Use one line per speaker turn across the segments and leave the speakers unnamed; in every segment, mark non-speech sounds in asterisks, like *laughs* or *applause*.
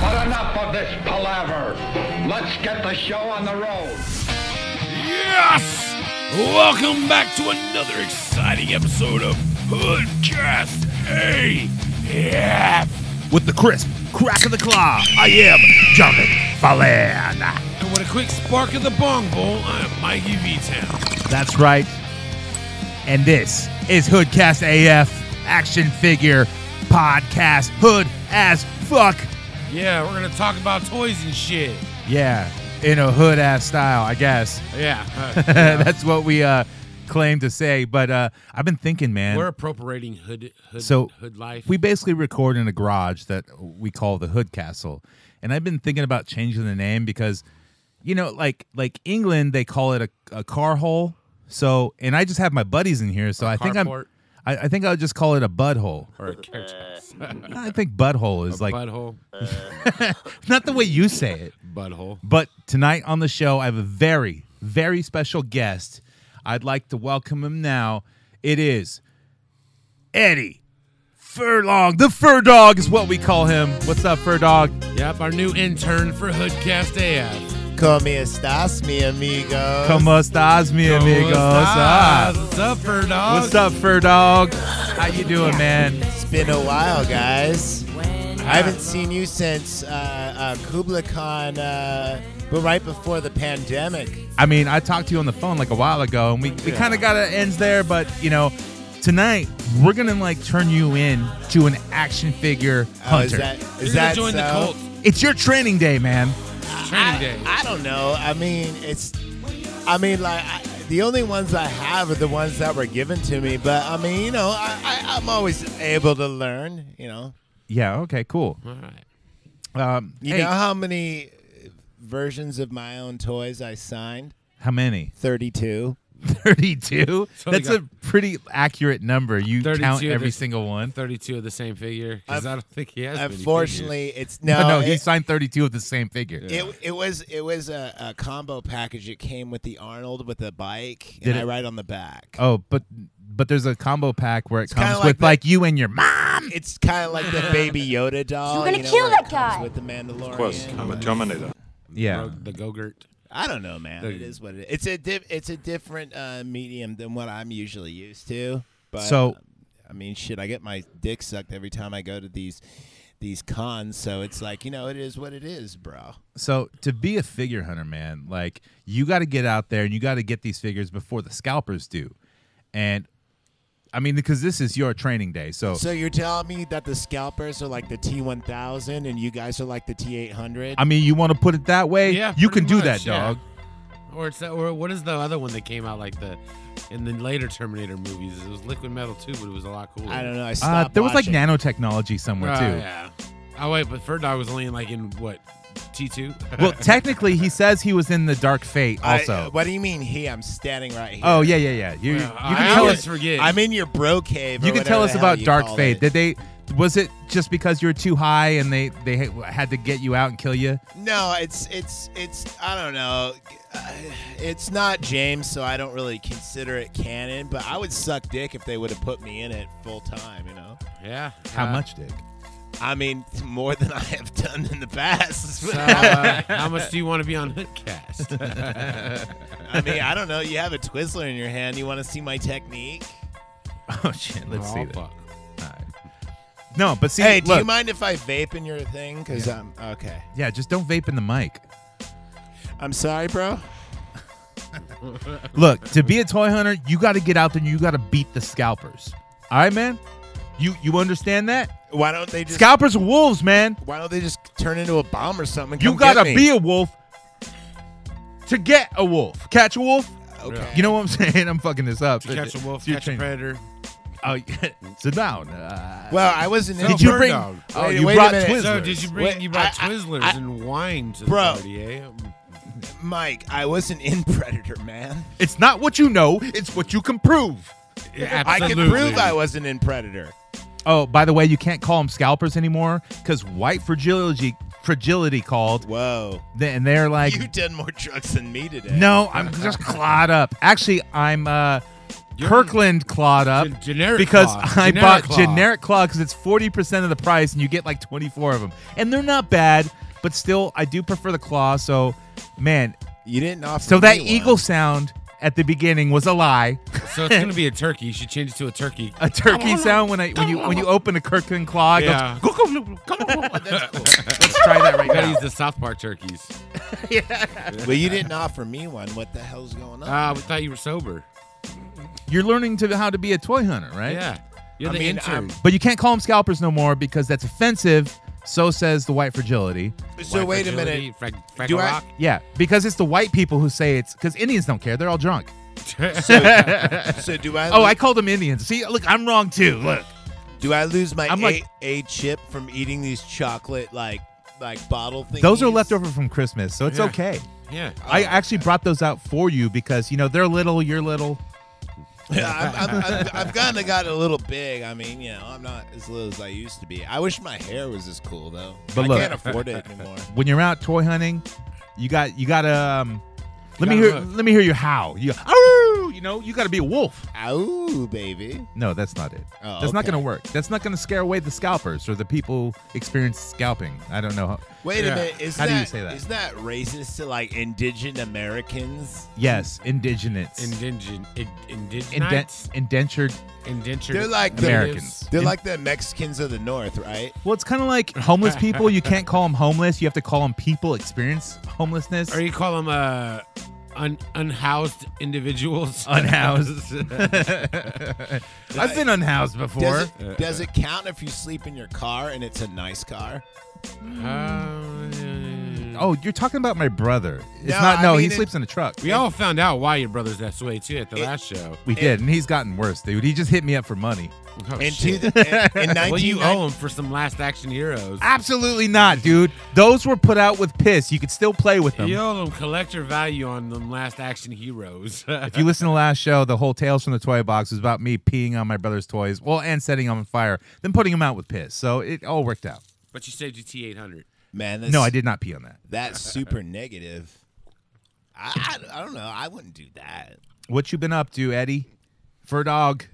But enough of this palaver. Let's get the show on the road.
Yes! Welcome back to another exciting episode of Hoodcast AF. With the crisp crack of the claw, I am Jonathan Fallon. And with a quick spark of the bong bowl, I am Mikey V-Town.
That's right. And this is Hoodcast AF action figure podcast. Hood as fuck.
Yeah, we're gonna talk about toys and shit.
Yeah, in a hood ass style, I guess. *laughs*
*laughs* Yeah,
That's what we uh, claim to say. But uh, I've been thinking, man.
we're appropriating hood hood
So,
hood life.
we basically record in a garage that we call the Hood Castle, and I've been thinking about changing the name because, you know, like like England, they call it a, a car hole. So, and I just have my buddies in here, so I think I'm.
carport.
I, I think I would just call it a
*laughs*
bud hole.
or a
*laughs*
carrot-
I think butthole is like
butthole,
not the way you say it.
butthole.
But tonight on the show, I have a very, very special guest. I'd like to welcome him now. It is Eddie Furlong. The Fur Dog is what we call him. What's up, Fur Dog?
Yep, our new intern for Hoodcast AF.
Como estas, mi amigo?
Como estás, mi amigos? Ah.
What's up, bird dog?
What's up, Fur Dog? How you doing, man?
It's been a while, guys. I
Ah.
haven't seen you since uh, uh, Kubla Khan, uh, but right before the pandemic.
I mean, I talked to you on the phone like a while ago, and we, we kind of got it ends there. But you know, tonight we're gonna like turn you in to an action figure
Oh, is
hunter.
that is
You're
that
gonna join
so?
the cult
it's your training day, man.
training day.
I don't know. I mean, it's. I mean, like I, the only ones I have are the ones that were given to me. But I mean, you know, I, I, I'm always able to learn. You know,
Yeah. Okay. Cool.
All right.
Um,
you
hey,
know how many versions of my own toys I signed?
how many? *laughs*
Thirty-two.
*laughs*
Thirty-two.
So they
That's
got-
a pretty accurate number. You
32,
count every
there's-
single one.
32 of the same figure because I don't think he
*laughs*
has. many
Unfortunately, it's
No,
*laughs* no.
no,
it-
he signed thirty-two of the same figure.
It, it was it was a, a combo package. It came with the Arnold with the bike,
Did
and I
it-
ride on the back.
Oh, but but there's a combo pack where it
kinda
comes
like
with
the-
like you and your mom.
It's kind of like
*laughs*
the Baby Yoda doll.
You're gonna
you know,
kill
where it
that
comes
guy.
with the Mandalorian. Of
I'm a Terminator.
figures.
Yeah.
Rogue- the Go-Gurt.
I don't know, man.
The-
It is what it is. It's a di- it's a different uh, medium than what I'm usually used to. But
So-
um, I mean, shit, I get my dick sucked every time I go to these these cons. So it's like you know, it is what it is, bro.
So to be a figure hunter, man, like you got to get out there and you got to get these figures before the scalpers do. And I mean, because this is your training day,
So you're telling me that the scalpers are like the T1000, and you guys are like the T800?
I mean, you want to put it that way?
Yeah,
you can
pretty
do
much,
that,
yeah.
dog.
Or it's that, or what is the other one that came out like the in the later Terminator movies? It was Liquid Metal too, but it was a lot cooler.
I don't know. I
Uh,
stopped
there was like
watching.
nanotechnology somewhere
Oh,
too.
yeah. Oh wait, but Fur Dog was only in like in what T2?
Well, technically, he says he was in the Dark Fate
I- uh,
also.
what do you mean he? I'm standing right here.
oh yeah, yeah, yeah. You, you
I
can tell
always
us.
forget.
I'm in your bro cave. or
You can tell
whatever
us
the hell
about
you
Dark
call
Fate.
it.
Did they? Was it just because you were too high and they they ha- had to get you out and kill you?
No, it's it's it's. I don't know. Uh, It's not James, so I don't really consider it canon. But I would suck dick if they would have put me in it full time. You know.
*laughs* yeah.
How
Uh,
much, Dick? *laughs*
I mean, *laughs* more than I have done in the past.
so, uh, how much do you want to be on
*laughs*
Hoodcast?
I mean, I don't know. You have a Twizzler in your hand. You want to see my technique?
Oh shit, let's see
Oh,
that.
fuck.
No, but see,
hey, do
look,
you mind if I vape in your thing? Cause I'm okay.
Yeah, just don't vape in the mic.
I'm sorry, bro.
Look, to be a toy hunter, you got to get out there and you got to beat the scalpers. All right, man? You you understand that?
Why don't they just
Scalpers are wolves, man.
Why don't they just turn into a bomb or something? and
You
come
got to
get me?
be a wolf to get a wolf. Catch a wolf?
Okay.
You know what I'm *laughs* saying? I'm fucking this up.
To catch a wolf,
It's your
catch a
training.
predator.
Oh, yeah. *laughs* sit down. Uh,
Well, I wasn't.
did you
bird
bring?
dog.
Oh,
Wait-
you
wait a
brought
minute.
Twizzlers.
So did you bring
Wait,
you brought
I- I-
Twizzlers
I-
and wine to
Bro.
the party? Eh?
Mike, I wasn't in Predator, man.
It's not what you know. It's what you can prove.
Yeah,
I can
absolutely.
prove I wasn't in Predator.
*laughs* Oh, by the way, you can't call them scalpers anymore because white fragility fragility called,
Whoa.
and they're like,
You done more drugs than me today.
"No, I'm just clawed up." Actually, I'm uh, Kirkland clawed up
Gen- generic
because
claw.
I
Generic
bought
claw.
generic claw because it's forty percent of the price, and you get like twenty four of them, and they're not bad, but still, I do prefer the claw. So, man,
You didn't offer
so that
me one. *laughs*
eagle sound at the beginning was a lie.
So it's gonna be a turkey. You should change it to a turkey.
A turkey sound when I when you when you open a Kirkland claw, it goes,
Yeah.
That's cool.
let's try that right
You gotta
now.
use the South Park turkeys.
well, you didn't offer me one. What the hell's going on?
Ah, we thought you were sober.
You're learning to how to be a toy hunter, right?
Yeah, you're
I
the
mean,
intern.
But you can't call them scalpers no more because that's offensive. So says the white fragility.
so
White
wait a
fragility,
minute.
Frag, frag
Do I-
rock.
Yeah, because it's the white people who say it's because Indians don't care. They're all drunk.
*laughs* So do I?
Oh, I
lo-
called them Indians. See, look, I'm wrong too. Look.
do I lose my
I'm
a,
like-
a chip from eating these chocolate like like bottle things?
Those are
*laughs*
leftover from Christmas, so it's
Yeah.
okay.
yeah.
I actually brought those out for you because, you know, they're little, you're little.
Yeah, I'm, I'm, I'm, I've kind of got a little big. I mean, you know, I'm not as little as I used to be. I wish my hair was as cool though.
But
I
look-
can't afford it
*laughs*
anymore.
When you're out toy hunting, you got, you gotta, um, let me
Gotta
hear,
look.
let me hear you howl. You, oh, you know, you gotta be a wolf.
Ow, baby.
No, that's not it.
Oh,
that's not
okay.
gonna work. That's not gonna scare away the scalpers or the people experienced scalping. I don't know. How,
Wait
Yeah.
a minute. Is
How
that,
do you say that?
Is that racist to like indigenous Americans?
Yes, indigenous.
Indigent, indigenous,
Indent, indentured.
indentured.
They're like the-
Americans.
They're like the Mexicans of the North, right?
Well, it's kind of like homeless people. You can't call them homeless. You have to call them people experience homelessness.
Or you call them uh, un- unhoused individuals.
*laughs* Unhoused. *laughs* I've been unhoused before.
Does it, does it count if you sleep in your car and it's a nice car?
Um,
Oh, you're talking about my brother. It's
No,
not.
I
No,
mean
he
it-
sleeps in a truck.
we all found out why your brother's that way too at the
It-
last show.
We did, and he's gotten worse, dude. He just hit me up for money.
Oh,
In, two,
shit.
in,
*laughs*
in 1990
well, you owe him for some Last Action Heroes.
Absolutely not, dude. Those were put out with piss. You could still play with them.
You owe them collector value on them Last Action Heroes. *laughs*
If you listen to the last show, the whole Tales from the Toy Box was about me peeing on my brother's toys, well, and setting them on fire, then putting them out with piss. So it all worked out.
but you saved your T eight hundred.
man, that's,
No, I did not pee on that.
That's super negative. I, I, I don't know. I wouldn't do that.
What you been up to, Eddie? Fur dog.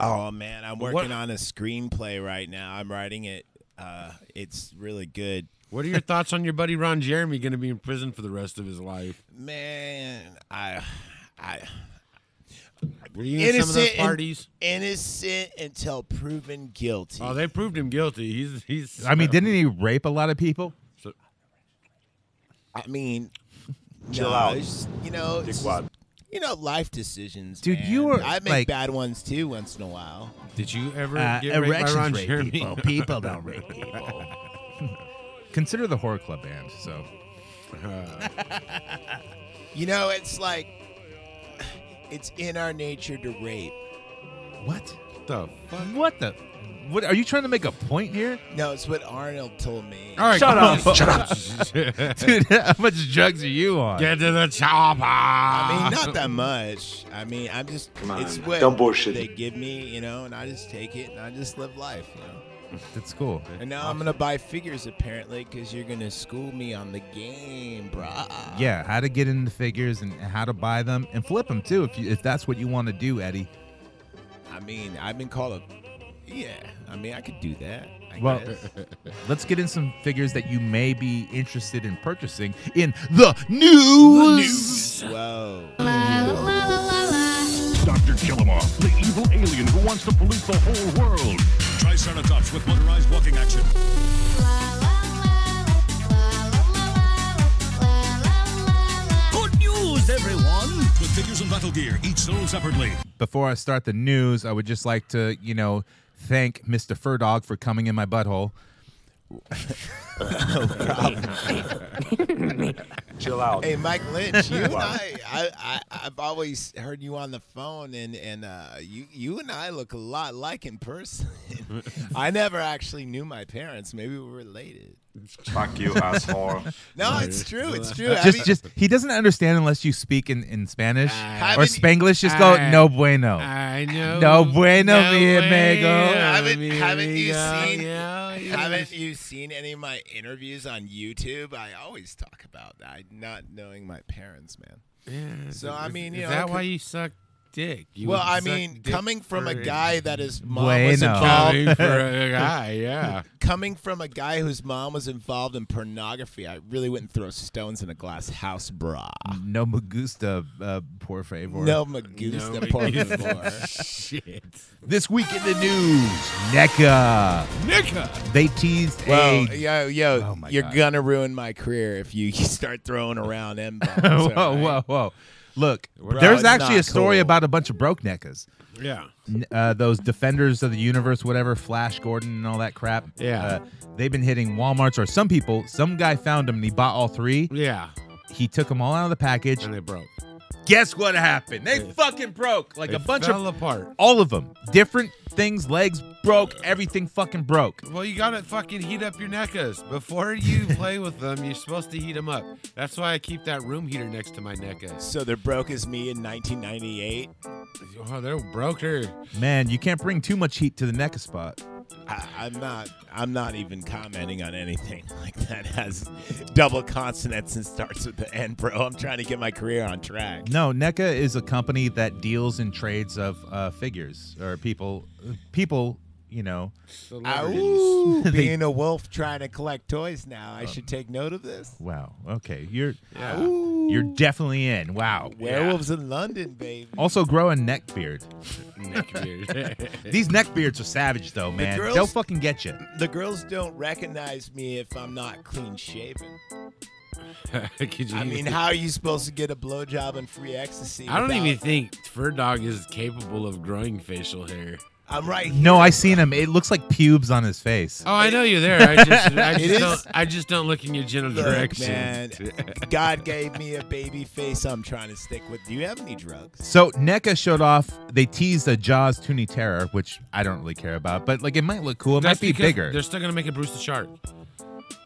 Oh man, I'm working
What-
on a screenplay right now. I'm writing it. Uh, it's really good.
What are your thoughts on your buddy Ron Jeremy going to be in prison for the rest of his life?
Man, I, I
Were you in some of those
Innocent and-
parties?
innocent until proven guilty.
Oh, they proved him guilty. He's he's.
I mean, didn't he rape a lot of people?
I mean,
Chill
no,
out.
it's- you know, it's just-
Dickwad.
you know, life decisions,
Dude,
man.
you are,
I make
like-
bad ones too once in a while.
Did you ever get raped by Ron Jeremy? *laughs*
Uh, People don't rape people. *laughs* Consider the horror club band. So
You know, it's like *sighs* it's in our nature to rape.
what?
the fuck?
What the? What are you trying to make a
*laughs*
point here,
No, it's what Arnold told me.
All right,
Shut
come
up.
on. Shut up.
dude? *laughs* How much drugs are you on?
*laughs* Get to the chopper.
I mean, not that much. I mean, I'm just
Come on,
it's what
don't bullshit.
they give me, you know, and I just take it and I just live life, you know.
That's cool.
And now I'm gonna buy figures apparently because you're gonna school me on the game, brah.
Yeah, how to get into figures and how to buy them and flip them too, if you, if that's what you want to do, Eddie.
I mean, I've been called a. Yeah, I mean, I could do that. I
*laughs*
Well-
guess.
Let's get in some figures that you may be interested in purchasing in the news.
whoa.
Dr. Killamoff, the evil alien who wants to pollute the whole world. Triceratops with motorized walking action. Good news, everyone! With figures and battle gear, each sold separately.
Before I start the news, I would just like to, you know, thank Mr. Furdog for coming in my butthole.
Chill out.
Hey, Mike Lynch, you and I, I, I, I've always heard you on the phone, and and uh, you, you and I look a lot like in person. *laughs* I never actually knew my parents. Maybe we're related.
Fuck you, asshole.
No, it's true. It's true. I
Just,
mean-
just he doesn't understand unless you speak in, in Spanish
I
or
mean-
Spanglish. Just go
I-
no bueno.
I know.
No bueno, mi amigo.
Haven't-
mi
haven't you
amigo,
seen-
yeah, yeah.
Haven't you seen any of my interviews on YouTube? I always talk about I not knowing my parents, man.
Yeah,
So,
is-
I mean,
is
you know,
that
it
why
could-
you suck dick? You
well,
would
I
suck
mean,
dick
coming from a
for-
guy that his mom was
Bueno.
involved,
Coming for a guy, yeah.
coming from a guy whose mom was involved in pornography, I really wouldn't throw stones in a glass house, brah.
No me gusta, uh, por favor.
No me gusta,
me
por
gusta.
favor.
Shit.
This week in the news, NECA.
Nigga.
They teased
Well,
a.
yo, yo,
Oh my
you're
God.
gonna ruin my career if you *laughs* start throwing around
*laughs*
M bombs.
whoa, whoa, whoa! Look,
Bro,
there's
it's
actually
not
a story
cool.
about a bunch of broke NECAs.
Yeah.
N- uh, those defenders of the universe, whatever, Flash Gordon and all that crap.
Yeah.
Uh, they've been hitting Walmarts, or some people, some guy found them and he bought all three.
Yeah.
He took them all out of the package.
And they broke.
Guess what happened? They fucking broke. Like
They
a bunch
fell
of.
apart.
All of them. Different things, legs broke, everything fucking broke.
Well, you gotta fucking heat up your NECAs. Before you play with them, you're supposed to heat them up. That's why I keep that room heater next to my NECAs.
So they're broke as me in 1998.
Oh, they're broker.
Man, you can't bring too much heat to the neck spot.
I, I'm not. I'm not even commenting on anything *laughs* like that has double consonants and starts with the N, bro. I'm trying to get my career on track.
No, NECA is a company that deals in trades of uh, figures or people, people, you know.
Ow,
*laughs* They-
being a wolf trying to collect toys now. I should take note of this.
Wow. Okay. You're
Yeah.
you're definitely in. Wow.
Werewolves in London, baby.
Also grow a neck beard.
Neck beard.
*laughs* These neck beards are savage though, man.
girls-
They'll fucking get you.
The girls don't recognize me if I'm not clean shaven.
*laughs* Could you
I mean,
even-
how are you supposed to get a blowjob and free ecstasy?
I don't
without-
even think Fur Dog is capable of growing facial hair.
I'm right here.
No, I seen him. It looks like pubes on his face.
Oh, I know you're there. I just, I
It
just
is-
don't, I just don't look in your general
Look,
direction.
*laughs*
man, God gave me a baby face. I'm trying to stick with. Do you have any drugs?
So NECA showed off. They teased a Jaws Toonie Terror, which I don't really care about, but like it might look cool. It
That's
might be
because
bigger.
They're still gonna make a Bruce the Shark.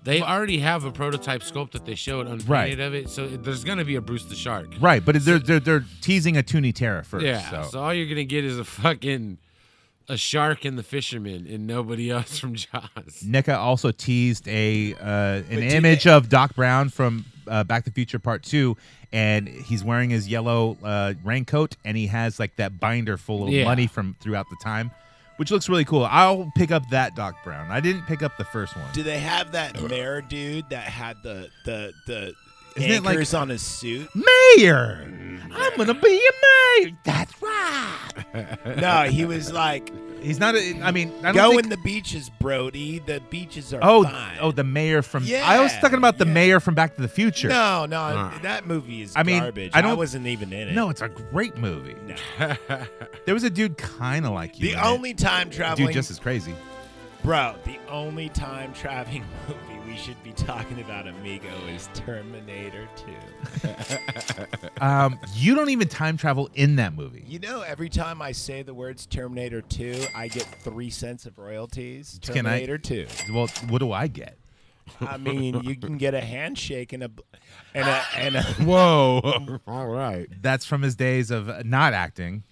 They already have a prototype sculpt that they showed unpainted
Right.
of it, so there's gonna be a Bruce the Shark.
Right, but they're they're, they're teasing a Toonie Terror first.
yeah.
so.
So. all you're gonna get is a fucking a shark and the fisherman and nobody else from Jaws.
NECA also teased a uh, an
do
image
they-
of Doc Brown from uh, Back to the Future Part Two, and he's wearing his yellow uh, raincoat, and he has like that binder full of
Yeah.
money from throughout the time, which looks really cool. I'll pick up that Doc Brown. I didn't pick up the first one.
Do they have that
Uh,
mayor dude that had the the the
Isn't it like-
anchors on
*laughs*
his suit?
mayor, I'm gonna be a mayor. That's right.
No, he was like,
He's not. A, I mean, I don't
"Go
think-
in the beaches, Brody. The beaches are
Oh,
fine."
oh, the mayor from. I was
Yeah,
talking about the
yeah.
mayor from Back to the Future.
no, no,
Ah.
that movie is
I mean,
garbage.
I don't-
wasn't even in it.
No, it's a great movie.
No.
*laughs* There was a dude kind of like you.
the
in it.
only time traveling
dude just as crazy.
Bro, the only time traveling *laughs* movie we should be talking about, amigo, is Terminator 2.
Um, you don't even time travel in that movie.
You know, every time I say the words Terminator 2, I get three cents of royalties.
Can I-
Terminator 2.
*laughs* Well, what do I get?
I mean, you can get a handshake and a b- and a and a.
Whoa. *laughs* all right.
*laughs* That's from his days of uh, not acting.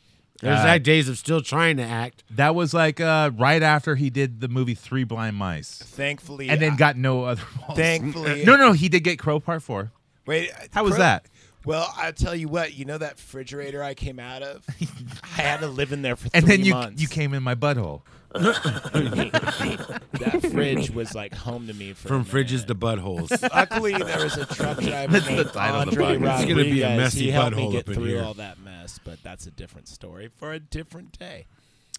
There's
Uh,
that days of still trying to act.
That was like uh, right after he did the movie Three Blind Mice,
Thankfully,
and then
I-
got no other *laughs* roles.
Thankfully-
no, no, he did get Crow Part Four.
Wait,
How was
Cro-
that?
Well, I'll tell you what. You know that refrigerator I came out of?
*laughs*
I had to live in there for
And
three
then you
months.
you came in my butthole.
That fridge was like home to me for a
From
minute.
fridges to buttholes.
*laughs* Luckily, there was a truck driver
That's the
named
title of the
Andre
podcast.
Rodriguez.
It's gonna be a messy
he helped me
butthole
get
up in
through
here.
all that mess, but that's a different story for a different day.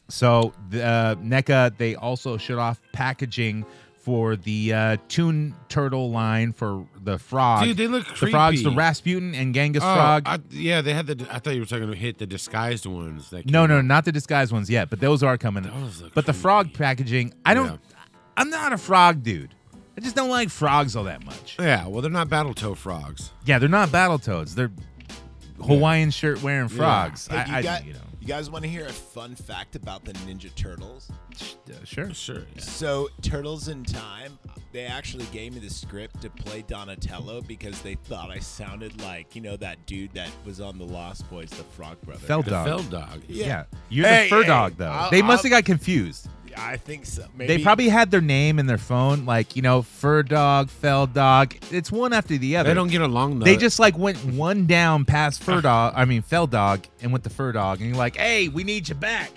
So the, uh, NECA they also shut off packaging for the uh, Toon Turtle line for the frog.
Dude, they look
The frogs, the
creepy.
Rasputin and
*laughs*
Genghis
Oh,
frog.
I, yeah, they had the. I thought you were talking about hit the disguised ones. That
No,
came
no,
out.
not the disguised ones yet, but those are coming.
Those look
but the
creepy.
frog packaging, I don't. I'm not a frog dude. I just don't like frogs all that much.
Yeah, well, they're not battle toe frogs.
Yeah, they're not battle toads. They're Hawaiian shirt wearing frogs.
Hey,
I,
you,
I
got-
you know,
you guys want to hear a fun fact about the Ninja Turtles?
uh, sure.
Sure.
So Turtles in Time, they actually gave me the script to play Donatello because they thought I sounded like you know that dude that was on the Lost Boys, the Frog Brother.
Fell
The
dog.
fell dog.
yeah.
yeah.
you're
Hey,
the fur
hey,
dog though.
I'll-
they must
I'll-
have got confused.
I think so. Maybe,
They probably had their name in their phone, like you know, fur dog, fell dog. It's one after the other.
They don't get along though.
They just like *laughs* went one down past fur dog. I mean, fell dog, and went to fur dog, and you're like, "Hey, we need you *laughs* back."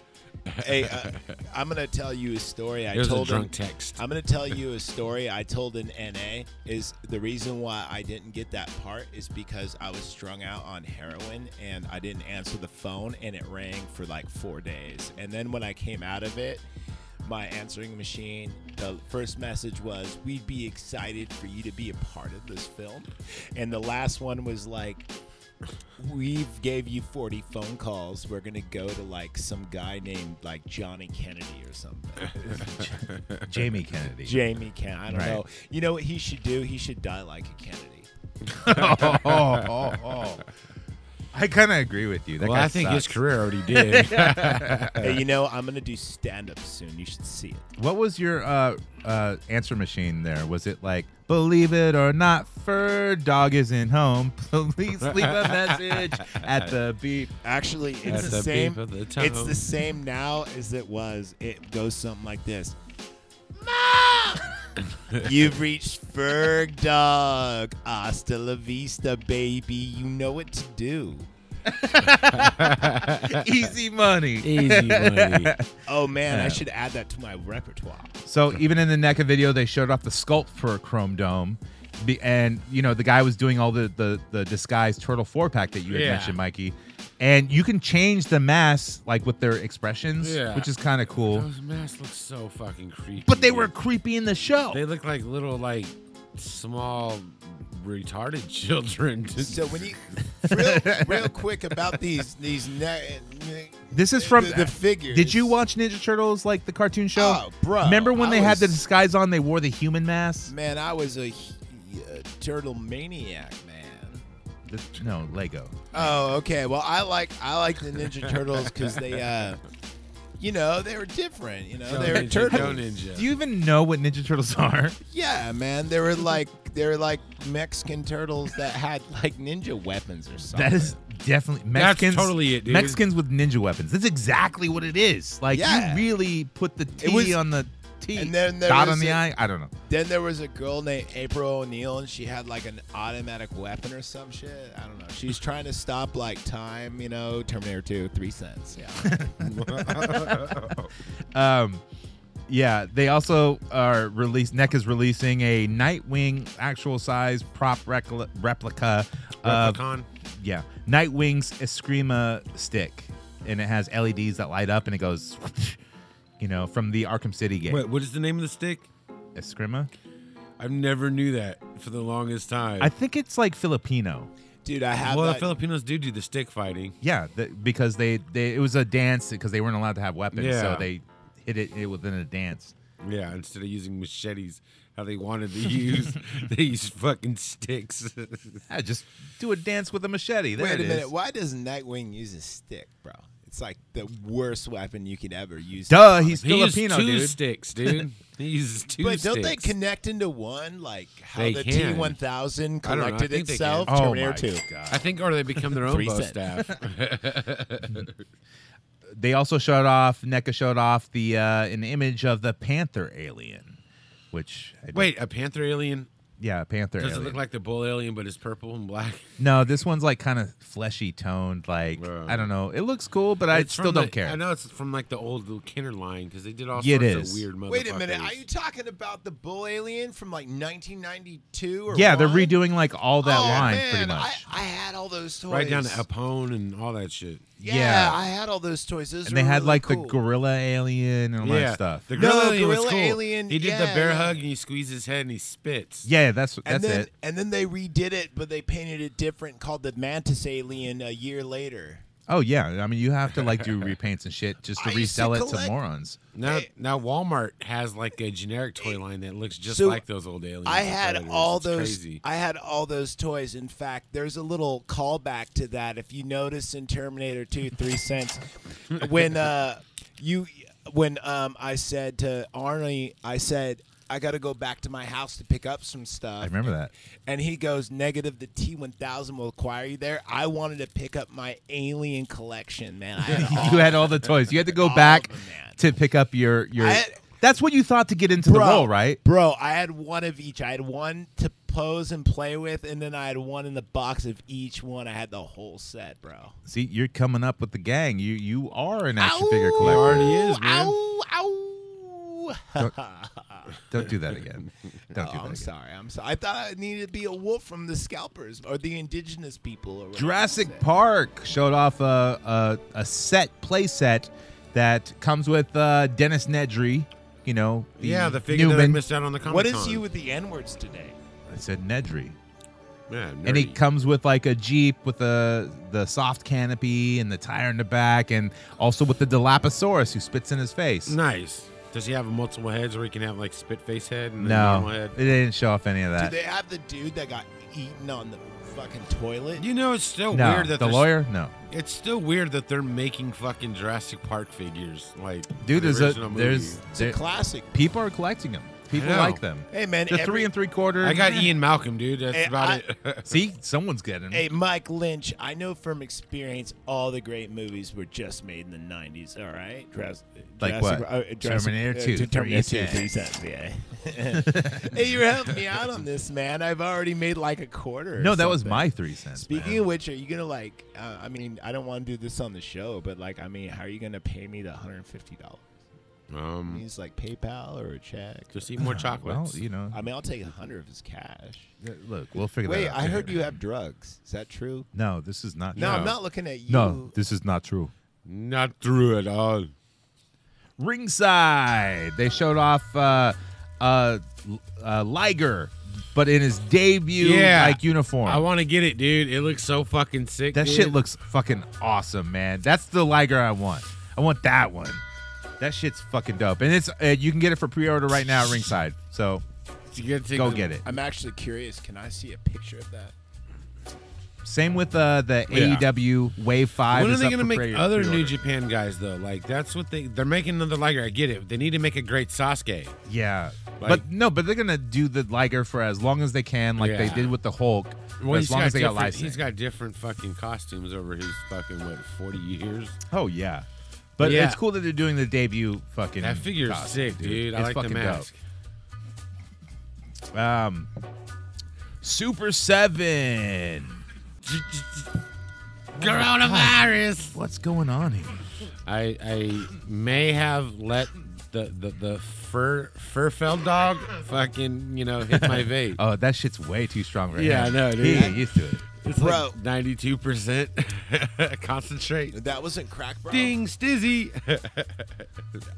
Hey, uh, I'm gonna tell you a story. I
There's a
told
drunk
an-
text.
I'm gonna tell you a story I told in NA. Is the reason why I didn't get that part is because I was strung out on heroin and I didn't answer the phone and it rang for like four days. And then when I came out of it, my answering machine, the first message was, "We'd be excited for you to be a part of this film," and the last one was like, we've gave you 40 phone calls we're gonna go to like some guy named like johnny kennedy or something
Jamie Kennedy.
jamie can i don't
Right.
know you know what he should do he should die like a kennedy
oh,
*laughs*
oh, oh. I kind of agree with you. That
Well,
guy
I think
sucks.
his career
*laughs*
already did.
Uh,
hey you know i'm gonna do stand-up soon you should see it
What was your uh, uh, answer machine there? Was it like, believe it or not, fur dog isn't home. *laughs* Please leave a message at the beep. *laughs*
actually it's
At
the,
the
same
beep of the
it's the
tone.
same now as it was it goes something like this
*laughs*
Ma! You've reached Ferg Dog. Hasta la vista, baby. You know what to do.
Easy money.
Easy money.
Oh, man, I should add that to my repertoire.
So even in the NECA video, they showed off the sculpt for Chrome Dome. Be- And, you know, the guy was doing all the, the, the disguised turtle four pack that you had
Yeah.
mentioned, Mikey. And you can change the masks like with their expressions,
Yeah.
which is kind of cool.
Those masks look so fucking creepy.
But they were
dude.
creepy in the show.
They look like little like small retarded *laughs* children.
So
*laughs*
when you real, real quick about these these ne- ne-
This is from
the, the figures.
Did you watch Ninja Turtles like the cartoon show?
Oh, bro,
Remember when
I
they had the
was-
disguise on? They wore the human mask.
Man, I was a, h- a turtle maniac, man.
The- no, Lego.
Oh, okay. Well, I like I like the *laughs* Ninja Turtles because they, uh, you know, they were different. You know, they were
Ninja, go
turtles.
ninja.
Do you even know what Ninja Turtles *laughs* are?
Yeah, man, they were like they were like Mexican turtles that had like ninja weapons or something.
That is definitely Mexicans.
totally it, dude.
Mexicans with ninja weapons. That's exactly what it is. Like you
Yeah.
really put the T
It was-
on the T.
and then there
dot
was
on the
a-
I. I don't know.
Then there was a girl named April O'Neil, and she had like an automatic weapon or some shit. I don't know. She's trying to stop like time, you know, Terminator 2, three cents. *laughs* Yeah.
Um, yeah, they also are released. Neck is releasing a Nightwing actual size prop recl- replica of
Replicon?
yeah, Nightwing's Eskrima stick, and it has LEDs that light up, and it goes, *laughs* you know, from the Arkham City game.
Wait, what is the name of the stick?
Eskrima.
I never knew that for the longest time.
I think it's like Filipino.
Dude, I have
well, the
that.
Filipinos do do the stick fighting.
Yeah, th because they, they it was a dance because they weren't allowed to have weapons, so
Yeah.
they hit it, it within a dance.
Yeah, instead of using machetes, how they
*laughs*
wanted to use, they use fucking sticks. *laughs*
Yeah, Ah, just do a dance with a machete. There
Wait a
it is.
minute. Why does Nightwing use a stick, bro? It's like the worst weapon you could ever use.
Duh, he's
he used
Filipino,
two
dude.
sticks, dude. *laughs* He uses two
But
sticks.
don't they connect into one? Like how
They
the
can.
T1000
I don't know. I
collected
think they
itself?
Oh
can.
Terminator 2.
I think, or they become their own
Three
bow
*laughs*
cents.
staff.
they also showed off NECA showed off the uh, an image of the panther alien, which I don't-
Wait, a panther alien?
yeah, panther
Does
alien.
it look like the bull alien, but it's purple and black?
no, this one's like kind of fleshy toned, like
Right.
I don't know. It looks cool, but *laughs* I
It's
still
from the-
don't care.
I know it's from like the old little Kinder line because they did all
Yeah, it
sorts
is.
of weird motherfuckers.
Wait a minute. Are you talking about the Bull Alien from like 1992 or
Yeah, they're
one?
redoing like all that
oh,
line
man,
pretty
I,
much.
I had all those toys.
Right down to Apone and all that shit.
Yeah,
Yeah.
I had all those toys. Those
and they
were
had
really
like
cool.
the gorilla alien and all that stuff.
The
No,
gorilla alien was
gorilla
cool.
alien,
he did
yeah,
the bear
yeah.
hug and he squeezed his head and he spits.
yeah, that's
And
that's
then,
it.
and then they redid it, but they painted it different, called the Mantis Alien a year later.
Oh yeah, I mean you have to like do repaints and shit just to
I used to
resell it to
collect-
morons.
Now,
Hey.
now Walmart has like a generic toy line that looks just
So,
like those old aliens.
I
and
had
Predators.
all
It's
those.
Crazy.
I had all those toys. In fact, there's a little callback to that. If you notice in Terminator 2, Three Cents, when uh, you when um, I said to Arnie, I said I got to go back to my house to pick up some stuff.
I remember
*laughs*
that.
And he goes negative. The T1000 will acquire you there. I wanted to pick up my alien collection, man. I had
*laughs*
all
you had all the toys. You had to go
*laughs* All of
back
them, man.
to pick up your your.
I-
that's what you thought to get into the role, right?
Bro, I had one of each. I had one to pose and play with, and then I had one in the box of each one. I had the whole set, bro.
See, you're coming up with the gang. You you are an action figure
He
collector.
already is, man.
Ow, ow. *laughs*
Don't do that again. Don't do that
Oh, I'm
again.
sorry. I'm sorry. I thought I needed to be a wolf from the scalpers or the indigenous people. Or whatever
Jurassic
they say.
Park showed off a a, a set play set that comes with uh, Dennis Nedry. You know, the
yeah, the figure that I
Newman.
missed out on the comic.
What is you with the N words today?
I said Nedry.
Yeah,
and
nerdy.
it comes with like a jeep with the the soft canopy and the tire in the back, and also with the Dilophosaurus who spits in his face.
nice. Does he have multiple heads, where he can have like spit face head and then
No,
normal head?
they didn't show off any of
Do
that.
they have the dude that got eaten on the fucking toilet?
You know, it's still
no,
weird that
the
there's-
lawyer, no,
It's still weird that they're making fucking Jurassic Park figures. Like,
dude.
the
There's a
original movie.
there's
It's a
there,
classic.
people are collecting them. People
know.
like them.
Hey, man.
The
every-
three and three quarter.
I
*laughs*
got Ian Malcolm, dude. That's
Hey,
about
I-
it. *laughs*
See, someone's getting.
Hey, Mike Lynch, I know from experience all the great movies were just made in the 90s, all right? Jurassic,
Like
Jurassic-
what?
uh, Jurassic-
Terminator
uh,
2,
Terminator 2,
3
3 cents,
*laughs*
yeah. hey, you're helping me out on this, man. I've already made like a quarter. or
no, that was
something.
my three cents.
Speaking
man.
of which, are you going to like, uh, I mean, I don't want to do this on the show, but like, I mean, how are you going to pay me the $150?
Hmm.
um,
Use like PayPal or a check?
just eat more
*sighs* well,
chocolates.
you know,
I mean, I'll take a 100 if it's cash.
look, we'll figure
Wait,
that out.
I heard you have drugs. Is that true?
No, this is not.
No,
true.
I'm not looking at you.
No, this is not true.
Not through at all.
ringside. They showed off uh, uh, uh, Liger, but in his debut
Yeah.
like uniform.
I want to get it, dude. It looks so fucking sick.
that
dude.
shit looks fucking awesome, man. That's the Liger I want. I want that one. That shit's fucking dope, and it's uh, you can get it for pre-order right now at ringside. So
You gotta take
go
the-
get it.
I'm actually curious. Can I see a picture of that?
Same with uh, the
Yeah.
AEW Wave Five.
When are
is
they
up
gonna
for
make
pre-
other New
pre-order.
Japan guys though? Like that's what they they're making another Liger. I get it. They need to make a great Sasuke.
Yeah.
Like-
but no, but they're gonna do the Liger for as long as they can, like they
Yeah.
did with the Hulk.
Well,
as
he's
long as they got
different-
licensing.
He's got different fucking costumes over his fucking what forty years.
Oh yeah, but
Yeah.
it's cool that they're doing the debut fucking.
That figure's
costume,
sick, dude. I
Mm,
like
It's
the
fucking
mask.
dope. Um, Super Seven.
Coronavirus.
What's going on here?
I I may have let the the the fur furfell dog fucking you know hit
*laughs*
my vape.
Oh, that shit's way too strong right
Yeah, I
now.
know, dude.
He ain't used to it.
It's
Bro.
like ninety two percent *laughs* concentrate.
That wasn't crack, bro.
Ding
*laughs*
stizzy.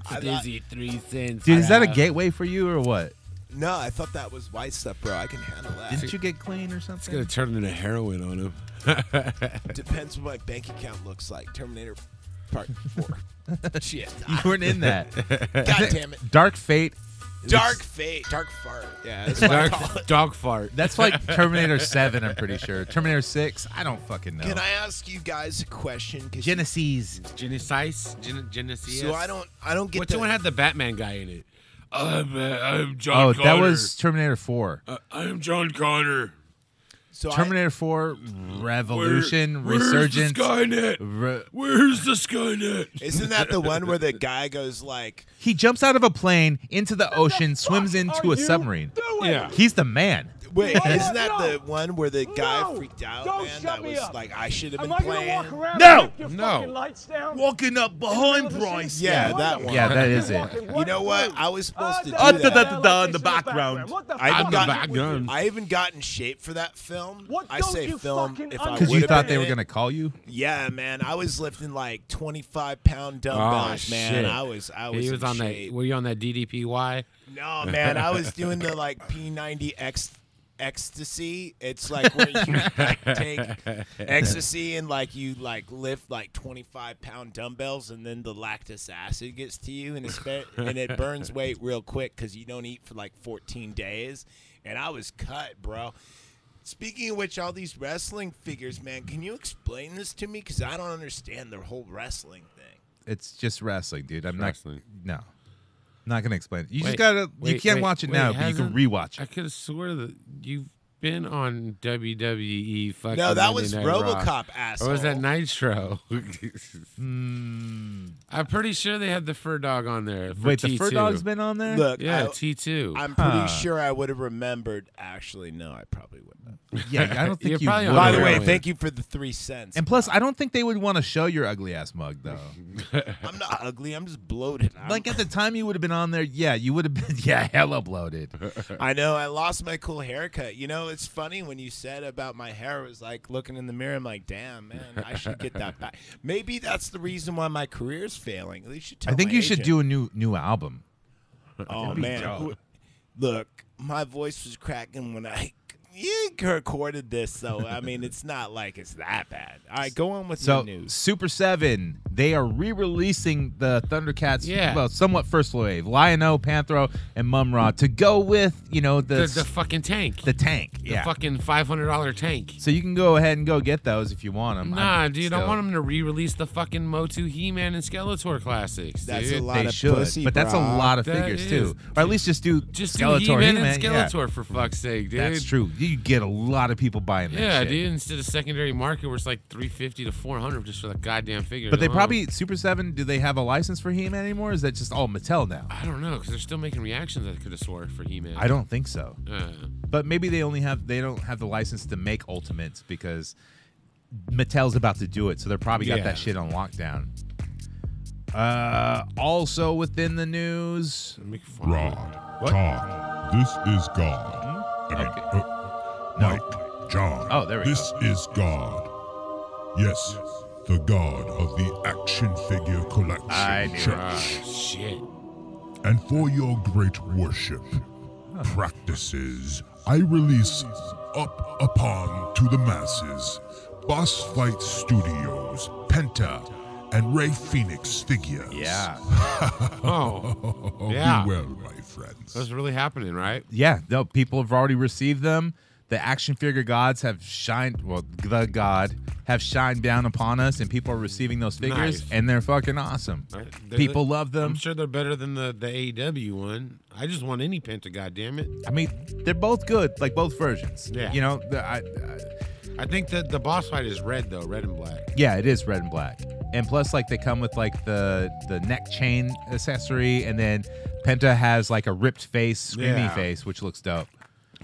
thought-
stizzy three cents.
Dude, is that a
Uh,
gateway for you or what?
No, I thought that was white stuff, bro. I can handle that.
Didn't you get clean or something?
It's gonna turn into heroin on him.
Depends what my bank account looks like. Terminator Part 4. Shit. Ah,
you weren't *laughs* in that.
God damn it.
Dark Fate.
Dark fate. Dark fart. Yeah, that's what I call
Dark
it.
dog fart.
That's
*laughs*
like Terminator Seven. I'm pretty sure. Terminator Six. I don't fucking know.
Can I ask you guys a question? 'Cause you-
Genesis.
Genesis. Gen- Genesis.
So I don't, I don't get
Which
the-
one had the Batman guy in it? I'm, uh, I'm John.
Oh, that
Connor.
was Terminator Four.
Uh, I'm John Connor.
so I-
Terminator 4 Revolution
Where-
Resurgence.
Where's the Skynet?
Re-
Where's the Skynet?
isn't that the one where the guy goes like,
he jumps out of a plane into the ocean, swims into a submarine.
Yeah.
He's the man.
wait, isn't that the one where the guy freaked out, man? That was like, I should have been playing.
No!
No.
Walking up behind Bryce.
Yeah, that one.
Yeah, that is it.
You know what? I was supposed to do
Uh, da,
that.
da, da, da, in the background.
I
I'm
even,
the
got,
bad gun.
I even got in shape for that film.
What
I
don't
say
you
film
fucking
if I
Because you
would've
thought
been
they were
in
going to
it.
call you?
Yeah, man, I was lifting like twenty five pound
Oh,
dumbbells, Oh, man.
Ah, shit.
I was, I was.
He was
in
on that.
shape.
Were you on that DDPY?
No, man, I was doing the like P ninety X ecstasy. It's like where you like, take ecstasy and like you like lift like twenty five pound dumbbells, and then the lactic acid gets to you, and it spe- and it burns weight real quick because you don't eat for like fourteen days. And I was cut, bro. Speaking of which, all these wrestling figures, man, can you explain this to me? Because I don't understand the whole wrestling thing.
It's just wrestling, dude. I'm
wrestling.
not. No, not gonna explain it. You just
Wait,
gotta. you
wait,
can't
wait,
watch it
wait,
now, but you can
hasn't-
rewatch
I
it.
could have swore that you've been on WWE. Fucking
No, that
Monday
was
Night Raw.
RoboCop Oh.
Or
asshole.
was that Nitro? *laughs* I'm pretty sure they had the fur dog on there. for
Hmm. Wait, the
T2.
fur dog's been on there.
Look,
Yeah,
I-
T two.
I'm pretty sure I would have remembered. Actually, no, I probably wouldn't. Have.
*laughs* yeah,
*laughs*
I don't
You're
think you.
probably on
would.
By
Oh,
the way,
really?
thank you for the three cents.
And plus, I don't think they would want to show your ugly ass mug
*laughs*
though.
I'm not ugly. I'm just bloated. I'm-
like at the time you would have been on there, yeah, you would have been, *laughs* yeah, hella bloated.
*laughs*
I know I lost my cool haircut. You know, it's funny when you said about my hair. It was like looking in the mirror. I'm like, damn, man, I should get that
*laughs*
back. Maybe that's the reason why my career's failing. At least you tell
I think
my
you should
agent.
do a new new album.
Oh man, Who- look, my voice was cracking when I *laughs* you recorded this, so I mean, it's not like it's that bad. All right, go on with
So
your news.
Super Seven, they are re-releasing the Thundercats,
Yeah.
well, somewhat first wave, Lion-O, Panthro, and Mumra to go with you know the
the,
the,
the fucking tank.
tank, yeah.
The fucking five hundred dollar tank.
so you can go ahead and go get those if you want them.
Nah, dude, I want them to re-release the fucking Motu He-Man and Skeletor classics.
That's
dude.
a lot
They
of
should,
pussy,
but that's a
brah.
lot of
That
figures
is-
too, or at least just do
Just
Skeletor,
do He-Man,
He-Man,
and
yeah.
Skeletor for fuck's sake, dude.
That's true. You get a lot of people buying that.
Yeah,
shit.
dude. Instead of secondary market, where it's like three fifty to four hundred just for the goddamn figure.
But they
alone.
probably Super Seven. Do they have a license for He-Man anymore? Or is that just all Mattel now?
I don't know because they're still making reactions. I could have swore for He-Man.
I don't think so.
Uh,
But maybe they only have they don't have the license to make Ultimates because Mattel's about to do it, so they're probably got
Yeah.
that shit on lockdown. Uh, also within the news,
McFarlane.
Rod,
What? Hmm?
Todd, this is God. I mean,
Okay.
uh, Mike, John.
Oh, there we
This is God. Yes, the God of the action figure collection
I knew it.
church.
Shit.
And for your great worship practices, I release up upon to the masses Boss Fight Studios, Penta, and Ray Phoenix figures.
yeah,
Oh, Yeah.
Be well, my friends.
that's really happening, right?
yeah, no, people have already received them. The action figure gods have shined, well, the god have shined down upon us, and people are receiving those figures,
Nice.
and they're fucking awesome.
Right? They're-
People love them.
I'm sure they're better than the the AEW one. I just want any Penta, goddamn it.
I mean, they're both good, like both versions.
Yeah.
You know, the, I, I,
I think that the boss fight is red though, red and black.
yeah, it is red and black, and plus, like they come with like the the neck chain accessory, and then Penta has like a ripped face, screaming
Yeah.
face, which looks dope.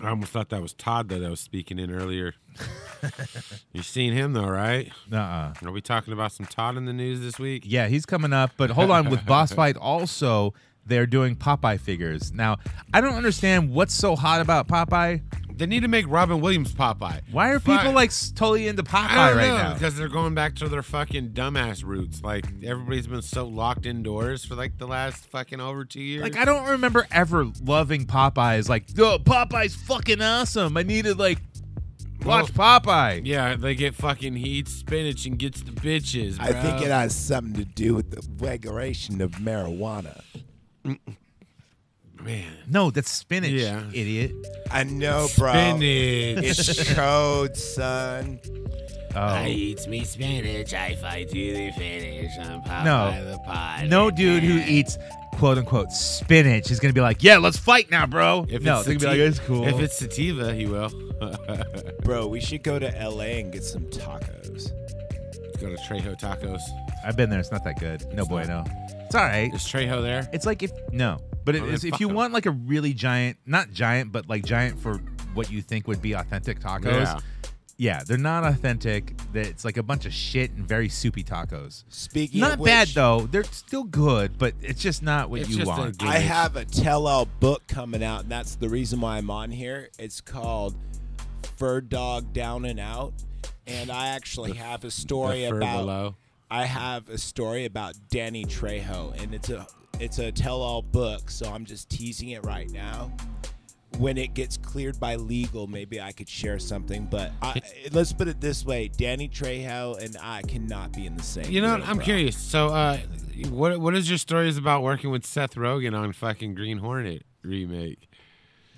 I almost thought that was Todd though that was speaking in
*laughs*
earlier. You've seen him though, right?
Uh. uh
Are we talking about some Todd in the news this week?
Yeah, he's coming up, but hold
*laughs*
on. With boss fight, also they're doing Popeye figures now. I don't understand what's so hot about Popeye.
They need to make Robin Williams Popeye.
Why are
Fuck.
people like s- totally into
I
Popeye
don't
right
know,
now?
because they're going back to their fucking dumbass roots. Like everybody's been so locked indoors for like the last fucking over two years.
Like I don't remember ever loving Popeyes. Like, oh, Popeye's fucking awesome. I need to like watch Popeye.
yeah, they get fucking he eats spinach and gets the bitches.
I think
bro.
it has something to do with the regulation of marijuana.
man
No, that's spinach,
Yeah.
idiot.
I know, bro.
spinach. *laughs*
*laughs*
It's code, son.
I eats me spinach. I fight to the finish. I'm Popeye
No.
the pod.
No dude who eats quote unquote spinach is gonna be like, yeah, let's fight now, bro.
If
no,
it's
they're gonna be
sati-
like, it's cool.
If it's sativa, he will.
Bro, we should go to LA and get some tacos.
Go to Trejo Tacos.
I've been there, it's not that good. No boy, no. It's all right.
Is Trejo there?
It's like if no, but it
Oh, then
is, if
fuck
you
'em.
want like a really giant, not giant, but like giant for what you think would be authentic tacos.
Yeah.
yeah, they're not authentic. That It's like a bunch of shit and very soupy tacos.
Speaking
not
of
bad
which,
though. They're still good, but it's just not what
It's
you
just a
want.
gimmick.
I have a tell-all book coming out, and that's the reason why I'm on here. It's called Fur Dog Down and Out, and I actually have a story
the fur
about.
below.
I have a story about Danny Trejo, and it's a it's a tell-all book, so I'm just teasing it right now. when it gets cleared by legal, maybe I could share something. But I, let's put it this way: Danny Trejo and I cannot be in the same.
You know,
room,
I'm
bro.
curious. So, uh, what what is your stories about working with Seth Rogen on fucking Green Hornet remake?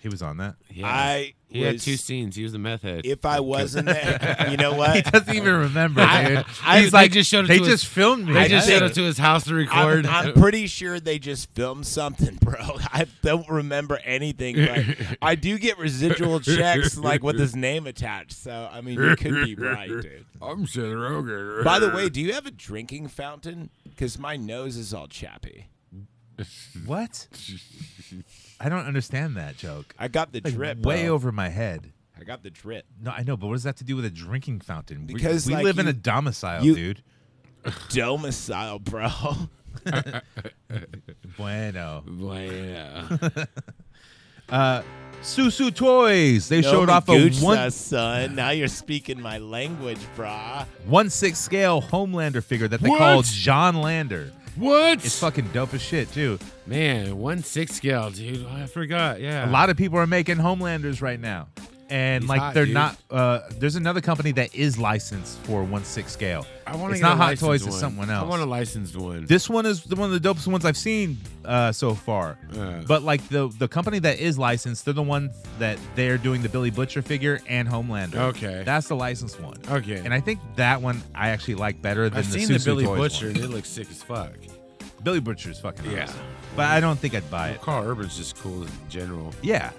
He was on that.
Yeah,
*laughs*
I
he had
was-
two scenes. He was the meth head.
If I
*laughs*
wasn't there, you know what?
He doesn't even remember, dude.
I-
He's
they
like,
just showed it
they
to
just
us-
filmed me.
they just
think-
showed up to his house to record. *laughs*
I'm, I'm pretty sure they just filmed something, *laughs* bro. I don't remember anything, but I do get residual
*laughs*
checks like with his name attached. So I mean, you could be right, dude.
I'm Seth Rogen.
By the way, do you have a drinking fountain? Because my nose is all chappy.
what? I don't understand that joke.
I got the
Like,
drip, bro.
way over my head.
I got the drip.
No, I know, but what does that have to do with a drinking fountain? We-
Because,
we,
like,
live in
you-
a domicile,
you-
dude.
Domicile, bro.
Bueno.
Bueno.
Susu Toys. They
No
showed
me
off a
gooch
one
us, son. Now you're speaking my language, brah.
one six scale Homelander figure that they
What?
call John Lander.
what?
It's fucking dope as shit too.
Man, one six scale, dude. I forgot. Yeah,
A lot of people are making Homelanders right now, and
He's
like
hot,
they're
dude.
not. Uh, there's another company that is licensed for one six scale.
I want to
It's
get
not
a
Hot
licensed
Toys.
One.
It's someone
I want a
else.
licensed one.
This one is the one of the dopest ones I've seen uh, so far.
Yeah.
But like the the company that is licensed, they're the ones that they're doing the Billy Butcher figure and Homelander.
Okay.
that's the licensed one.
Okay.
and I think that one I actually like better than
I've
the
seen
Susu
the Billy
Toys
Butcher,
one.
and it looks sick as fuck.
Billy Butcher is fucking
Yeah.
awesome. But I don't think I'd buy it.
Carl Urban's just cool in general.
Yeah.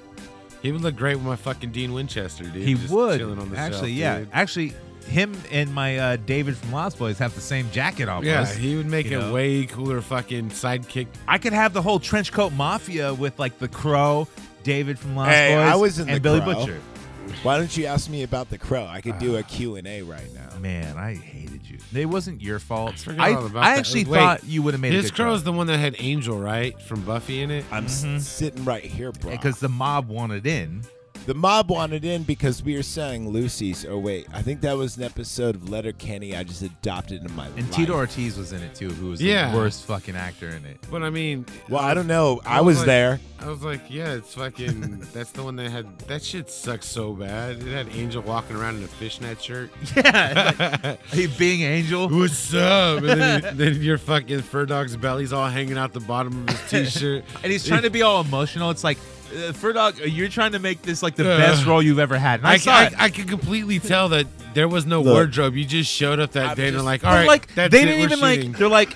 He would look great with my fucking Dean Winchester, dude.
He
just
would.
chilling on the shelf,
Actually, yeah.
dude.
Actually, him and my uh, David from Lost Boys have the same jacket almost.
Yeah, he would make
you
a
know?
way cooler fucking sidekick.
I could have the whole trench coat mafia with like the crow, David from Lost
Hey,
Boys,
I was in
and
The
Billy
Crow.
Butcher.
Why don't you ask me about the crow? I could do a Q&A right now.
Man, I hated you. It wasn't your fault.
forgot
I,
all about
I
that.
actually
Wait,
thought you would have made a
His
good
crow's the one that had Angel, right, from Buffy in it.
I'm s-
Mm-hmm.
sitting right here, bro.
because the mob wanted in.
The mob wanted in because we were selling Lucy's. Or wait, I think that was an episode of Letter Kenny I just adopted in my
And
life.
Tito Ortiz was in it too, who was
Yeah.
the worst fucking actor in it.
But I mean,
Well, I don't know. I was
like-
there.
I was like, yeah, it's
*laughs*
fucking. that's the one that had that shit sucks so bad. It had Angel walking around in a fishnet shirt.
*laughs* Yeah. he being Angel.
What's up? *laughs* And then, then your fucking fur dog's belly's all hanging out the bottom of his
*laughs*
t-shirt.
And he's trying to be all emotional. It's like, uh, Fur Dog, you're trying to make this like the best role you've ever had. And I,
I,
saw
I,
it.
I can completely tell that there was no
Look.
wardrobe. You just showed up that
I'm
day and they're
just-
like,
But,
all right,
like
that's
they
it,
didn't
we're
even
shooting."
like. They're like,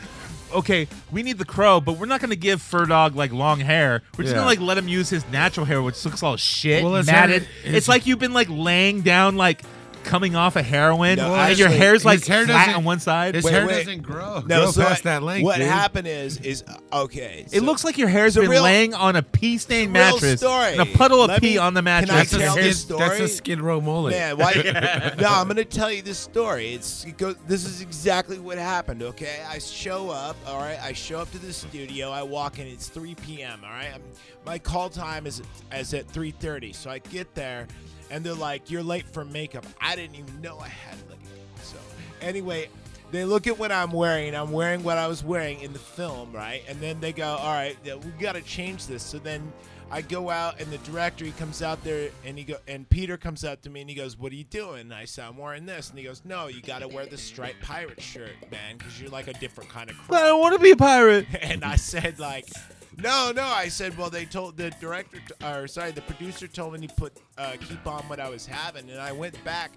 okay, we need the crow, but we're not going to give Fur Dog like long hair. We're just
Yeah.
going to like let him use his natural hair, which looks all shit,
Well, it's
matted.
not-
it's,
it's-
like you've been like laying down, like coming off a heroin,
No,
and
actually,
your hair's like
his hair
flat
doesn't-
on one side.
His
Wait,
hair
wait.
doesn't grow.
No,
grow
so
past
I-
that length.
What
dude.
happened is, is uh, okay.
It
so-
looks like your hair's
it's a
been
real-
laying on a pee stained
real
mattress
story.
and a puddle of
Let
pee
me-
on the
can I
mattress.
That's
Your
a,
tell
hair's- *laughs*
skid,
this
that's
story?
a skid row mullet.
Man, why? no, I'm gonna tell you this story. It's it goes, this is exactly what happened. Okay, I show up. All right, I show up to the studio. I walk in. It's 3 p.m. All right? I'm- my call time is at, is at 3:30. So I get there, and they're like, "You're late for makeup." I didn't even know I had late. So anyway. They look at what I'm wearing. I'm wearing what I was wearing in the film, right? And then they go, "All right, yeah, we got to change this." So then I go out and the director he comes out there and he go and Peter comes up to me and he goes, "What are you doing?" And I said, "I'm wearing this." And he goes, "No, you got to wear the striped pirate shirt, man, because you're like a different kind of."
I
Crow.
don't want to be a pirate.
*laughs* and I said, "Like, no, no." I said, "Well, they told the director, t- or sorry, the producer told me to put uh, keep on what I was having." And I went back,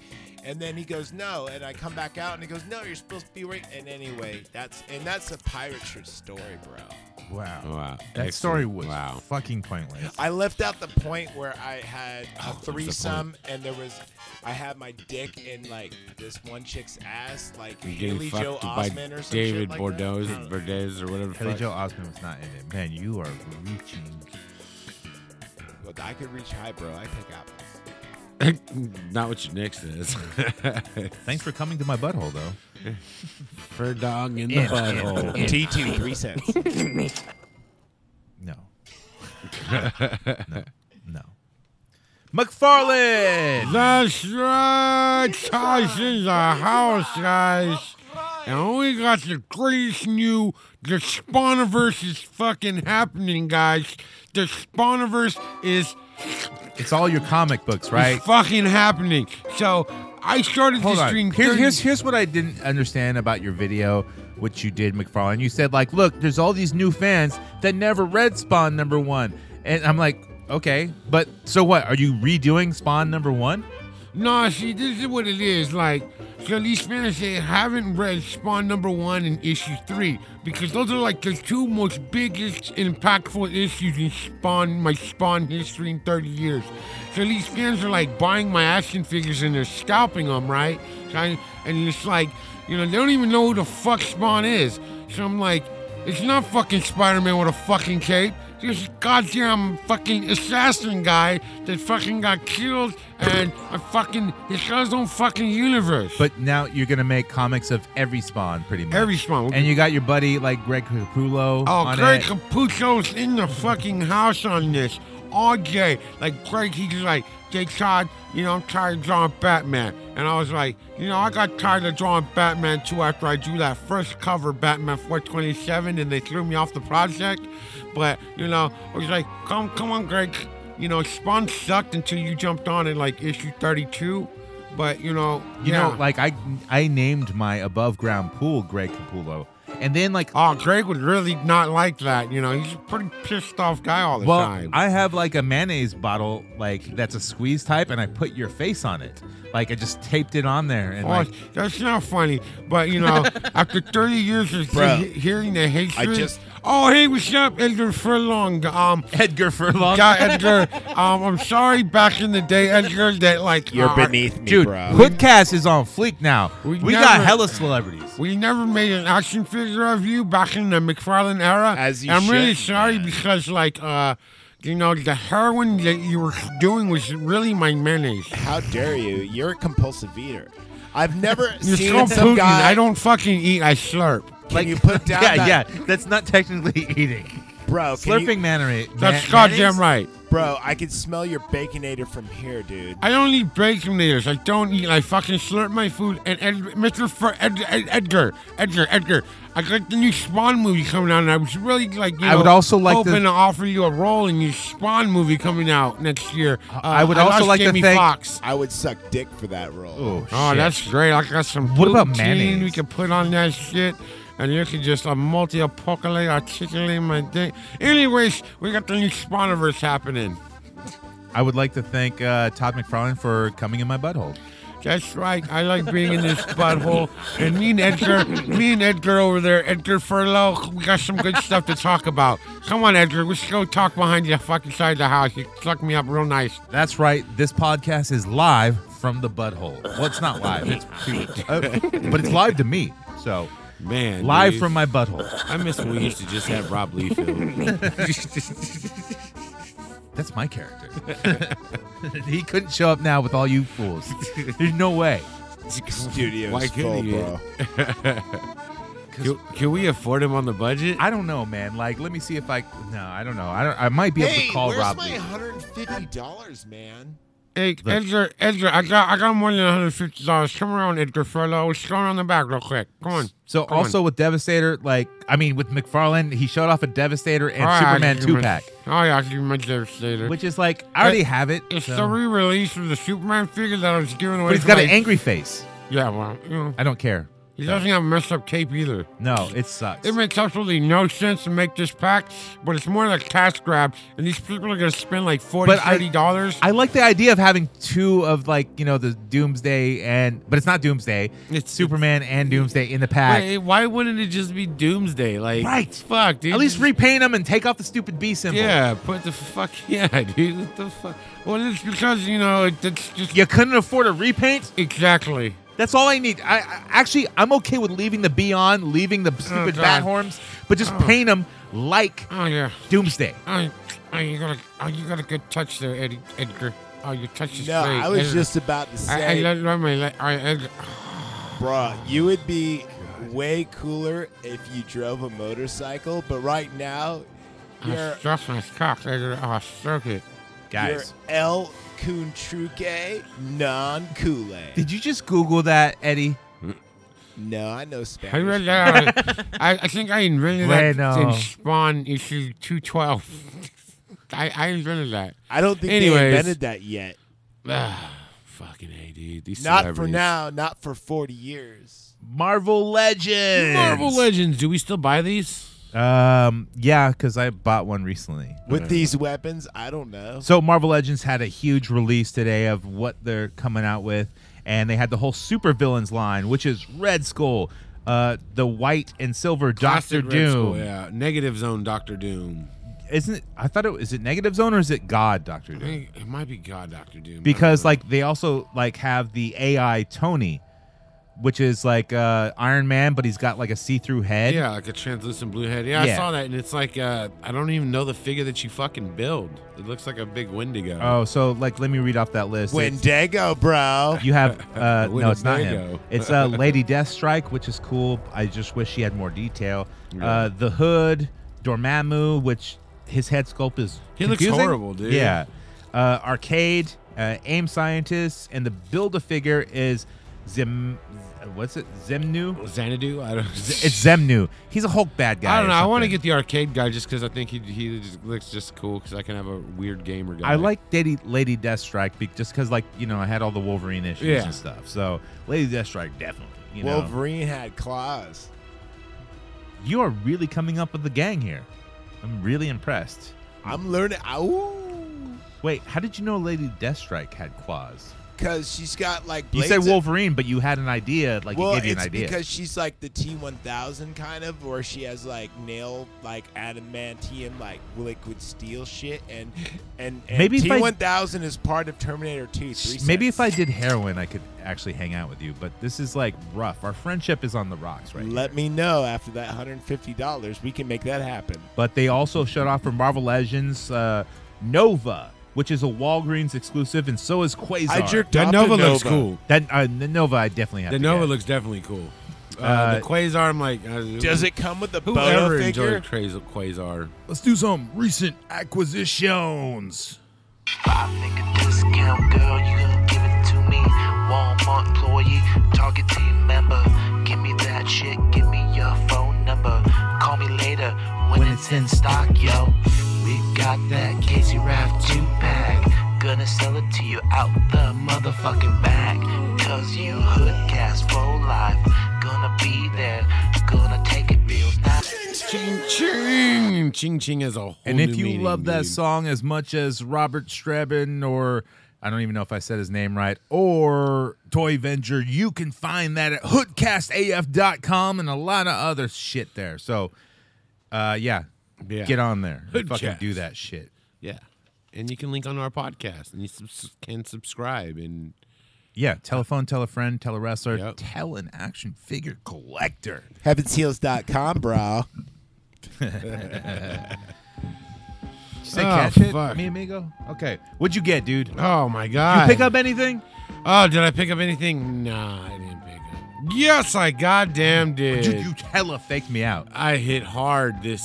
and then he goes, "No," and I come back out and he goes, "No, you're supposed to be right." And anyway, that's and that's a pirate shirt story, bro.
Wow.
Wow.
That story was
Wow.
fucking pointless.
I left out the point where I had
Oh,
a threesome and there was I had my dick in like this one chick's ass, like
You're getting
Haley
fucked
Joe
by
Osment or some
David
shit like
Bordeaux,
that. I don't know.
Bordeaux, or whatever. the
Haley
fuck.
Joe Osment was not in it. Man, you are reaching.
Look, I could reach high, bro. I pick up.
*laughs* Not what your next is. *laughs*
Thanks for coming to my butthole, though.
Fur dog in the
Yeah.
butthole.
T two three cents.
*laughs*
No. no. No. McFarlane!
That's right, Tosh in the house, guys. And we got the greatest new, the Spawniverse is fucking happening, guys. The Spawniverse is
It's all your comic books, right?
It's fucking happening. So I started
Hold
this
on.
stream.
Here's,
30
here's here's what I didn't understand about your video, which you did, McFarlane. You said like, look, there's all these new fans that never read Spawn number one, and I'm like, okay, but so what? Are you redoing Spawn number one?
No, see, this is what it is. Like, so these fans they haven't read Spawn number one and issue three because those are like the two most biggest impactful issues in Spawn, my Spawn history in 30 years. So these fans are like buying my action figures and they're scalping them, right? So I- and it's like, you know, they don't even know who the fuck Spawn is. So I'm like, it's not fucking Spider Man with a fucking cape. This goddamn fucking assassin guy that fucking got killed and a fucking his got his own fucking universe.
But now you're gonna make comics of every Spawn, pretty much.
every spawn.
And you got your buddy like Greg Capullo
oh,
on
Greg
it.
Capuzzo's in the fucking house on this all day. Like Greg, he's just like, Jay Todd, you know, I'm tired of drawing Batman. And I was like, you know, I got tired of drawing Batman too after I drew that first cover, Batman 427, and they threw me off the project. But, you know, I was like, come come on, Greg. You know, Spawn sucked until you jumped on it like issue 32. But, you know,
you
yeah.
know, like I I named my above ground pool Greg Capullo, and then like
Oh, Greg would really not like that. You know, he's a pretty pissed off guy all the
Well,
time.
I have like a mayonnaise bottle, like that's a squeeze type, and I put your face on it. Like I just taped it on there, and
Oh,
like, *laughs*
that's not funny. But you
*laughs*
know, after 30 years of
Bro,
he- hearing the hatred,
just-
oh hey, what's up, Edgar Furlong? Um,
Edgar Furlong.
yeah, *laughs* Edgar. Um, I'm sorry back in the day, Edgar, that like
You're
uh,
beneath me,
Dude,
bro.
Hoodcast is on fleek now. We,
We
got
never-
hella celebrities.
We never made an action figure of you back in the McFarlane era.
As you
And I'm really
should,
sorry
man.
because like uh, you know, the heroin that you were doing was really my mayonnaise.
How dare you? You're a compulsive eater. I've never
You're
seen
so
some
Putin.
guy.
I don't fucking eat. I slurp.
Can you
*laughs*
put down
yeah,
that,
yeah. That's not technically *laughs* eating.
bro? can you-
Slurping manner.
That's
man-
goddamn right.
bro. I can smell your baconator from here, dude.
I don't eat bacon layers. I don't eat. I fucking slurp my food. And Ed, Mr. Fur, Ed, Ed, Edgar, Edgar, Edgar. I got the new Spawn movie coming out, and I was really like, you
I would
know,
also like to-
hoping to... offer you a role in your Spawn movie coming out next year. Uh,
I would also
lost
like to
Jamie
thank-
Fox.
I would suck dick for that role. *laughs*
Oh, *laughs*
Oh,
shit.
that's great. I got some.
What about
poutine
mayonnaise?
We could put on that shit. And you can just uh, multi-apocalypse articulate my thing. Anyways, we got the new Spawniverse happening.
I would like to thank uh, Todd McFarlane for coming in my butthole.
That's right. I like being in this butthole. And me and Edgar, me and Edgar over there, Edgar Furlough, we got some good stuff to talk about. Come on, Edgar, let's go talk behind the fucking side of the house. You suck me up real nice.
That's right. This podcast is live from the butthole. Well, it's not live. It's
*laughs*
uh, but it's live to me. So
Man,
live
dude,
from my butthole.
I miss when we used to just have Rob
*laughs*
Liefeld.
That's my character. *laughs* he couldn't show up now with all you fools. There's no way.
Studio's
Why
full,
couldn't you?
bro.
Can, can we afford him on the budget?
I don't know, man. Like, let me see if I. No, I don't know. I don't. I might be able
Hey,
to call
where's
Rob.
my
Lee.
hundred and fifty dollars, man?
Hey, Edgar, Edgar, I got, I got more than one hundred fifty dollars. Come around, Edgar Furlough. Let's go around the back real quick. Come on.
So
Come on.
also with Devastator, like I mean with McFarlane, he showed off a Devastator and
All right,
Superman
I'll give
two
him a-
pack,
Oh yeah, I'll give him a devastator.
which is like I already have it.
It's
so-
the re-release of the Superman figure that I was giving away.
But he's
for
got an
like-
angry face.
Yeah, well, you know,
I don't care.
he doesn't have a messed up cape either.
No, it sucks.
It makes absolutely no sense to make this pack, but it's more like cash grab, and these people are gonna spend like 40
But I-
30 dollars.
I like the idea of having two of like you know the Doomsday and but it's not Doomsday. It's
It's-
Superman and Doomsday in the pack.
Wait, why wouldn't it just be Doomsday? Like,
Right.
Fuck, dude.
At least
just-
repaint them and take off the stupid B symbol.
Yeah, put the
*laughs*
fuck. Yeah, dude. What the fuck?
Well, it's because you know it, it's just
You couldn't afford a repaint?
exactly.
That's all I need. I, I actually I'm okay with leaving the B on, leaving the stupid
God.
bat horns, but just paint them like
Oh yeah,
Doomsday.
oh, oh, you got a oh, you got a good touch there, Eddie, Edgar. Oh, your touch is
No,
great.
I was
Edgar.
just about to
I, I
say,
love love my le- I, Edgar.
bro, you would be way cooler if you drove a motorcycle, but right now,
I
you're
struck my cock, Edgar. Oh, I struck
*laughs*
it.
Guys,
you're El Kuntruke non Kool-Aid.
did you just Google that, Eddie?
No, I know
I read
Spanish.
that. I, I think I invented that
Bueno.
in Spawn issue two twelve. *laughs* I, I invented that.
I don't think
Anyways.
they invented that yet.
Ah, fucking hey, dude. These
Not for
celebrities.
now. Not for forty years.
Marvel Legends.
Marvel Legends. Do we still buy these?
Um, yeah, because I bought one recently.
With these weapons, I don't know.
So Marvel Legends had a huge release today of what they're coming out with, and they had the whole supervillains line, which is Red Skull, uh, the White and Silver Doctor
Classic Red
Doom.
Skull, yeah. Negative Zone Doctor Doom.
Isn't it? I thought it was it Negative Zone or is it God Doctor
I
Doom?
think it might be God Doctor Doom. I don't
Because
know.
like they also like have the AI Tony, which is like uh, Iron Man, but he's got like a see-through head.
yeah, like a translucent blue head. Yeah,
Yeah.
I saw that, and it's like uh, I don't even know the figure that you fucking build. It looks like a big Wendigo.
Oh, so like let me read off that list. It's-
Wendigo, bro.
You
*laughs*
have uh, no, it's not him.
Winnebago.
It's
*laughs*
uh, Lady Deathstrike, which is cool. I just wish she had more detail. Uh, the Hood, Dormammu, which his head sculpt is.
He looks
confusing.
horrible, dude.
Yeah. Uh, Arcade, uh, Aim Scientists, and the build a figure is Zim. What's it? Zemnu.
Xanadu. I don't.
It's Zemnu. He's a Hulk bad guy.
I don't
or
know. I want to
something.
get the arcade guy just because I think he he just looks just cool because I can have a weird gamer guy.
I like Lady, Lady Deathstrike be, just because, like, you know, I had all the Wolverine issues
Yeah.
and stuff. So, Lady Deathstrike, definitely. You know.
Wolverine had claws.
you are really coming up with the gang here. I'm really impressed.
I'm learning. Ooh,
Wait, how did you know Lady Deathstrike had claws?
because she's got like.
You
Blades
said
of-
Wolverine, but you had an idea. Like
well,
you gave
it's
me an idea.
because she's like the T1000 kind of, where she has like nail, like adamantium, like liquid steel shit, and and, and
Maybe if I-
T1000 is part of Terminator 2. Three
Maybe if I
cents.
did heroin, I could actually hang out with you. But this is like rough. Our friendship is on the rocks right
let
here.
me know after that 150 dollars, we can make that happen.
But they also shut off for Marvel Legends uh, Nova, which is a Walgreens exclusive, and so is Quasar.
I jerked
that
off
Nova
to
looks
Nova.
cool.
that uh, the Nova. I definitely have.
The
to
Nova
get.
looks definitely cool. Uh,
Uh,
the Quasar, I'm like, uh,
Does it come with a boa
Whoever
figure?
enjoyed Quas- Quasar?
Let's do some recent acquisitions.
Five nigga discount, girl, you gonna give it to me. Walmart employee, Target team member. Give me that shit, give me your phone number. Call me later when, it's in stock, yo. We got that Casey Raft 2 pack. Gonna sell it to you out the motherfucking bag. Cause you hood cats for life. Gonna be there, gonna take it real nice.
Ching ching ching ching is a whole
And if
new
you
meaning,
love that
dude.
song as much as Robert Strebin or I don't even know if I said his name right, or Toy Venger, you can find that at hoodcastaf.com and a lot of other shit there. So uh yeah.
Yeah.
Get on there. and Fucking
Hoodcast.
do that shit.
yeah, and you can link on our podcast, and you subs- can subscribe, and
Yeah. Telephone, tell a friend, tell a wrestler,
Yep.
tell an action figure collector.
Heavensheels.com, bro.
Did you say
Oh,
cat shit?
fuck.
Me amigo? Okay. What'd you get, dude? You
oh my god,
pick up anything?
Oh, did I pick up anything? Nah, I didn't pick up. Yes, I goddamn did.
Dude, you hella faked me out.
I hit hard this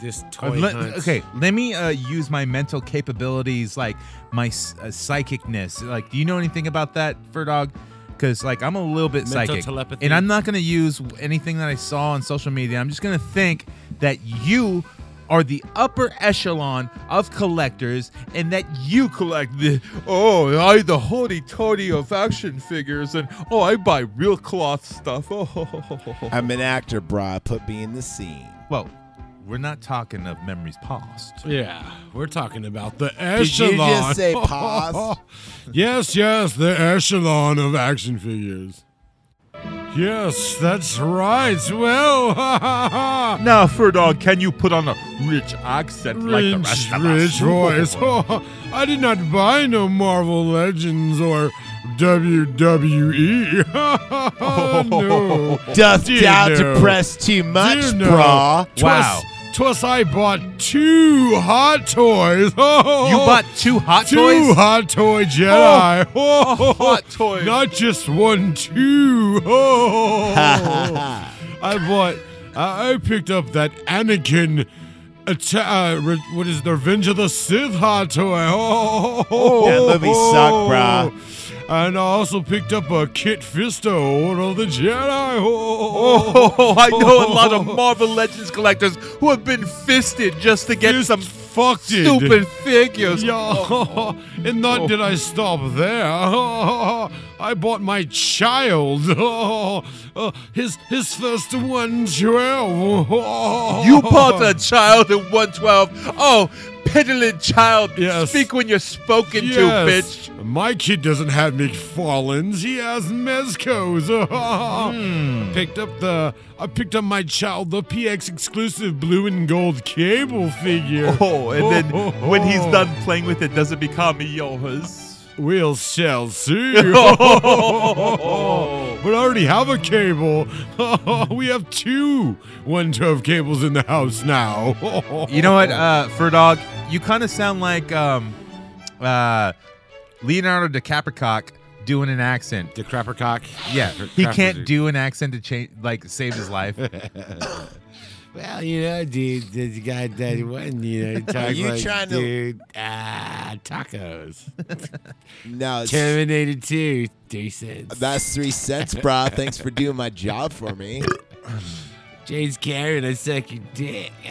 this
Uh,
toy
let-
hunt.
okay, let me uh, use my mental capabilities, like my s- uh, psychicness. Like, do you know anything about that, Fur Dog? Because like I'm a little bit
Mental
psychic,
telepathy?
and I'm not gonna use anything that I saw on social media. I'm just gonna think that you are the upper echelon of collectors, and that you collect the oh I the hoity-toity of action figures, and oh I buy real cloth stuff. *laughs* Oh,
I'm an actor, bro. Put me in the scene.
well, we're not talking of memories past.
Yeah, we're talking about the
you just
echelon. *laughs*
say pause?
yes, yes, the echelon of action figures. Yes, that's right. Well, *laughs* ha ha ha.
Now, fur dog, can you put on a rich accent like the rest of
rich
us?
voice. *laughs* Oh, I did not buy no Marvel Legends or WWE. *laughs*
*laughs*
no.
Duffed
Dude,
out,
no.
depressed too much,
Dude, no.
bro.
Twas-
Wow.
Twas I bought two hot toys. *laughs* Oh,
You bought two hot
two *laughs*
toys?
hot toy Jedi. *laughs* Oh,
hot toys. *laughs*
Not just one, two. Oh, I bought. I I picked up that Anakin. Atta- uh, re- what is the Revenge of the Sith hot toy? *laughs* Oh,
That movie sucked, bruh.
And I also picked up a Kit Fisto, Order of the Jedi. *laughs* Oh,
Oh, I know a lot of Marvel Legends collectors who have been fisted just to get
Fist
some
fucked it.
Stupid figures. *laughs* Oh.
Yo, and not did I stop there. *laughs* I bought my child. *laughs* his his first one twelve. Oh.
You bought
*laughs*
a child at 112. Oh, peddling child. Speak when you're spoken to, bitch.
My kid doesn't have McFarlane's. He has Mezco's. *laughs*
Hmm.
I picked up the. I picked up my child the PX exclusive blue and gold cable figure.
Oh, and then when he's
Oh.
done playing with it, does it become yours?
We'll
*laughs*
shall see. *laughs* but Oh.
Oh.
I already have a cable. *laughs* we have two 112 cables in the house now. *laughs*
You know what, uh, Fur Dog? You kind of sound like um, uh, Leonardo DiCapricock doing an accent.
DiCapricock?
Yeah, he
Crap-
can't do an accent to change, like save his life.
Well, you know, dude, this guy that one, you know, he
Are
talks
you
like,
trying to-
dude, ah, tacos.
No, it's-
Terminator 2, three cents.
that's three cents, brah. Thanks for doing my job for me.
James Cameron, I suck your dick.
*laughs*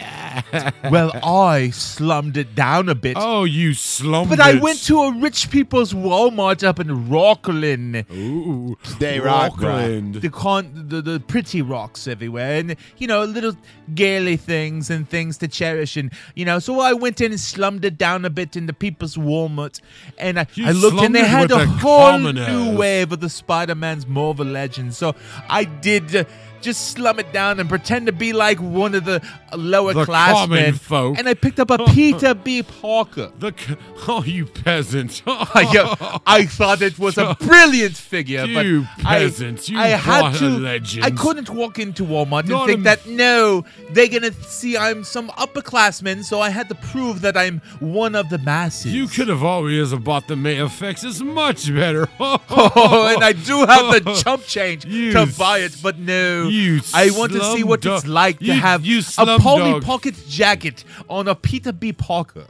Ah.
well, I slummed it down a bit.
Oh, you slump.
But I went to a rich people's Walmart up in Rockland.
Ooh,
They rock,
Rockland.
The, con- the the pretty rocks everywhere, and you know little gaily things and things to cherish, and you know. So I went in and slummed it down a bit in the people's Walmart, and I,
You
I looked, and
slummed it
they had
with the
a whole
commoners.
new wave of the Spider-Man's Marvel Legends. So I did. Uh, just slum it down and pretend to be like one of the lower
The
classmen.
common folk.
And I picked up a Peter B. Parker.
The c- *laughs* oh, you peasant.
*laughs* I, yo, I thought it
*laughs*
was a brilliant figure, but
You
I-
peasants, you
I had
brought a
to.
legend.
I couldn't walk into Walmart and
Not
think
a-
that no, they're gonna see I'm some upperclassman, so I had to prove that I'm one of the masses. *laughs*
You could have always have bought the May effects. It's much
*laughs*
better. *laughs*
Oh, and I do have the chump change
You
to buy it, but no,
you
I want to see what
slumdog-
it's like to
you-
have
you
a Polly
slumdog.
Pocket jacket on a Peter B. Parker.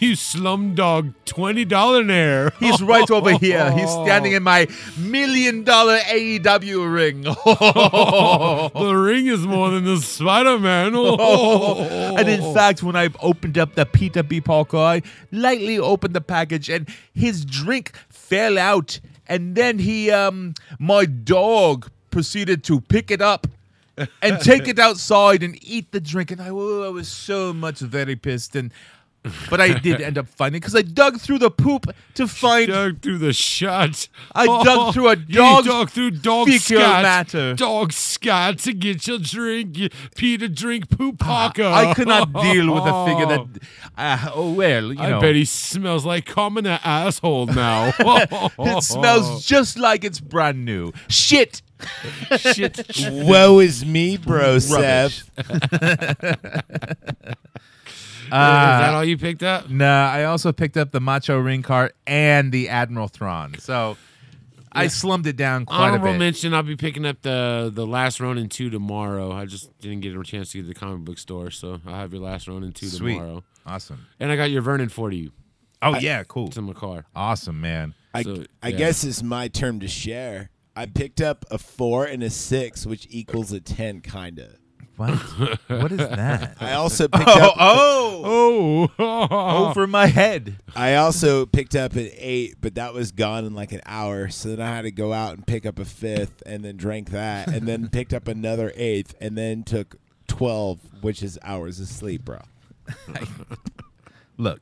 You slumdog twenty dollar
*laughs*
nair.
He's right over here. He's
*laughs*
standing in my million dollar AEW ring. *laughs* Oh,
The ring is more than the Oh, Spider
*laughs*
Man.
And
Oh.
in fact, when I opened up the Peter B. Parker, I lightly opened the package and his drink fell out. And then he, um, my dog proceeded to pick it up
*laughs*
and take it outside and eat the drink. And I, oh, I was so much very pissed. And but I did end up finding because I dug through the poop to
*laughs*
find
dug through the shot.
I dug through a dog's
You dug through dog
fecal
scat.
matter.
Dog scat to get your drink. you- Peter drink poop Parker.
Ah, I could not deal with
*laughs*
a figure that. Uh, oh well, you
I
know.
bet he smells like commoner asshole now.
*laughs*
*laughs*
it smells just like it's brand new. Shit.
shit.
Woe is me, bro, Seth.
is
Ah.
that all you picked up?
Nah, I also picked up the Macho Ring cart and the Admiral Thrawn. So I slummed it down quite
Honorable
a bit.
mention, I'll be picking up the the last Ronin 2 tomorrow. I just didn't get a chance to get to the comic book store, so I'll have your last Ronin 2
Sweet.
tomorrow.
Awesome.
And I got your Vernon 4 to you.
Oh yeah, cool.
It's in my car.
Awesome, man.
I,
So,
I
yeah.
guess it's my turn to share. I picked up a four and a six, which equals a ten, kinda.
*laughs*
What? what is that?
I also picked
Oh,
up.
oh,
Oh,
*laughs*
over my head.
I also picked up an eight, but that was gone in like an hour. So then I had to go out and pick up a fifth, and then drank that, and then picked up another eighth, and then took twelve, which is hours of sleep, bro.
Look,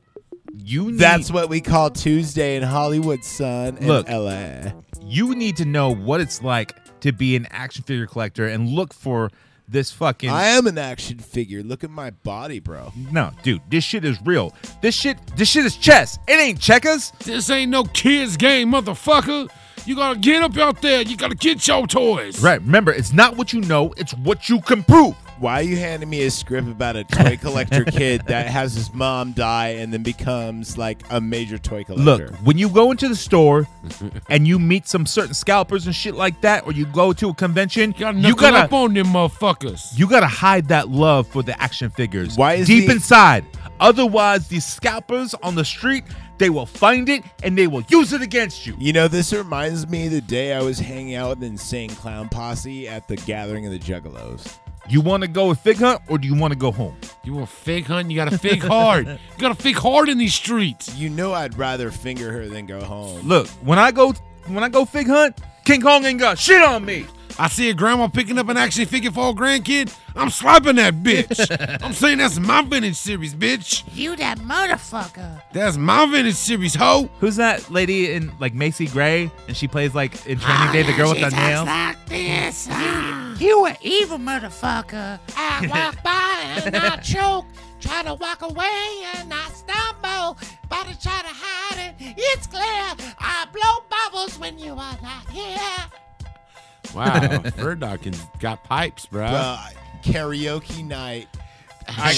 you need,
That's what we call Tuesday in Hollywood, son. in
Look.
LA.
you need to know what it's like to be an action figure collector and look for this fucking
I am an action figure. Look at my body, bro.
No, dude, this shit is real. This shit this shit is chess. It ain't checkers.
this ain't no kids game, motherfucker. You gotta get up out there. You gotta get your toys.
Right, remember, it's not what you know, it's what you can prove.
Why are you handing me a script about a toy collector kid that has his mom die and then becomes like a major toy collector?
Look, when you go into the store and you meet some certain scalpers and shit like that, or you go to a convention,
You gotta
you
knuckle
gotta
up on them motherfuckers.
you gotta hide that love for the action figures.
Why is
deep
the-
inside? Otherwise, these scalpers on the street they will find it and they will use it against you.
You know, this reminds me of the day I was hanging out with Insane Clown Posse at the gathering of the Juggalos.
You want to go with Fig Hunt or do you want to go home?
You want Fig Hunt? You got to Fig
*laughs*
hard. You got to Fig hard in these streets.
You know I'd rather finger her than go home.
Look, when I go when I go Fig Hunt, King Kong ain't got shit on me.
I see a grandma picking up an action figure for her grandkid. I'm slapping that
*laughs*
bitch. I'm saying that's my vintage series, bitch.
You that motherfucker.
That's my vintage series, hoe.
Who's that lady in like Macy Gray and she plays like in Training Day the girl
Ah,
with the
She talks
nails?
like this. Ah, you an evil motherfucker. *laughs* I walk by and I choke. Try to walk away and I stumble. But I try to hide it. It's clear. I blow bubbles when you are not here.
Wow, Murdoch and got pipes, bro.
Bruh, Uh, karaoke night. I call it a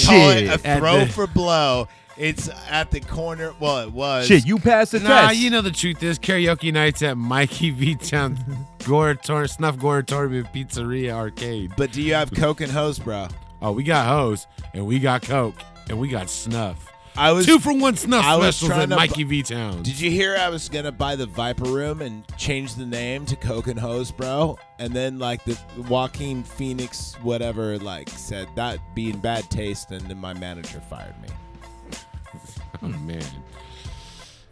Shit. At
throw
the-
for blow. It's at the corner. Well, it was.
Shit, you passed the
nah,
test.
you know the truth is karaoke nights at Mikey V Town Gore Tor- Snuff Gore Torben Pizzeria Arcade.
But do you have Coke and hose, bro?
Oh, we got hose and we got Coke and we got snuff.
I was
two for one snuff
I was
specials
trying
at
to
Mikey
bu-
V Town.
Did you hear I was gonna buy the Viper Room and change the name to Coke and Hose, bro? And then like the Joaquin Phoenix, whatever, like said that being bad taste, and then my manager fired me.
Oh man.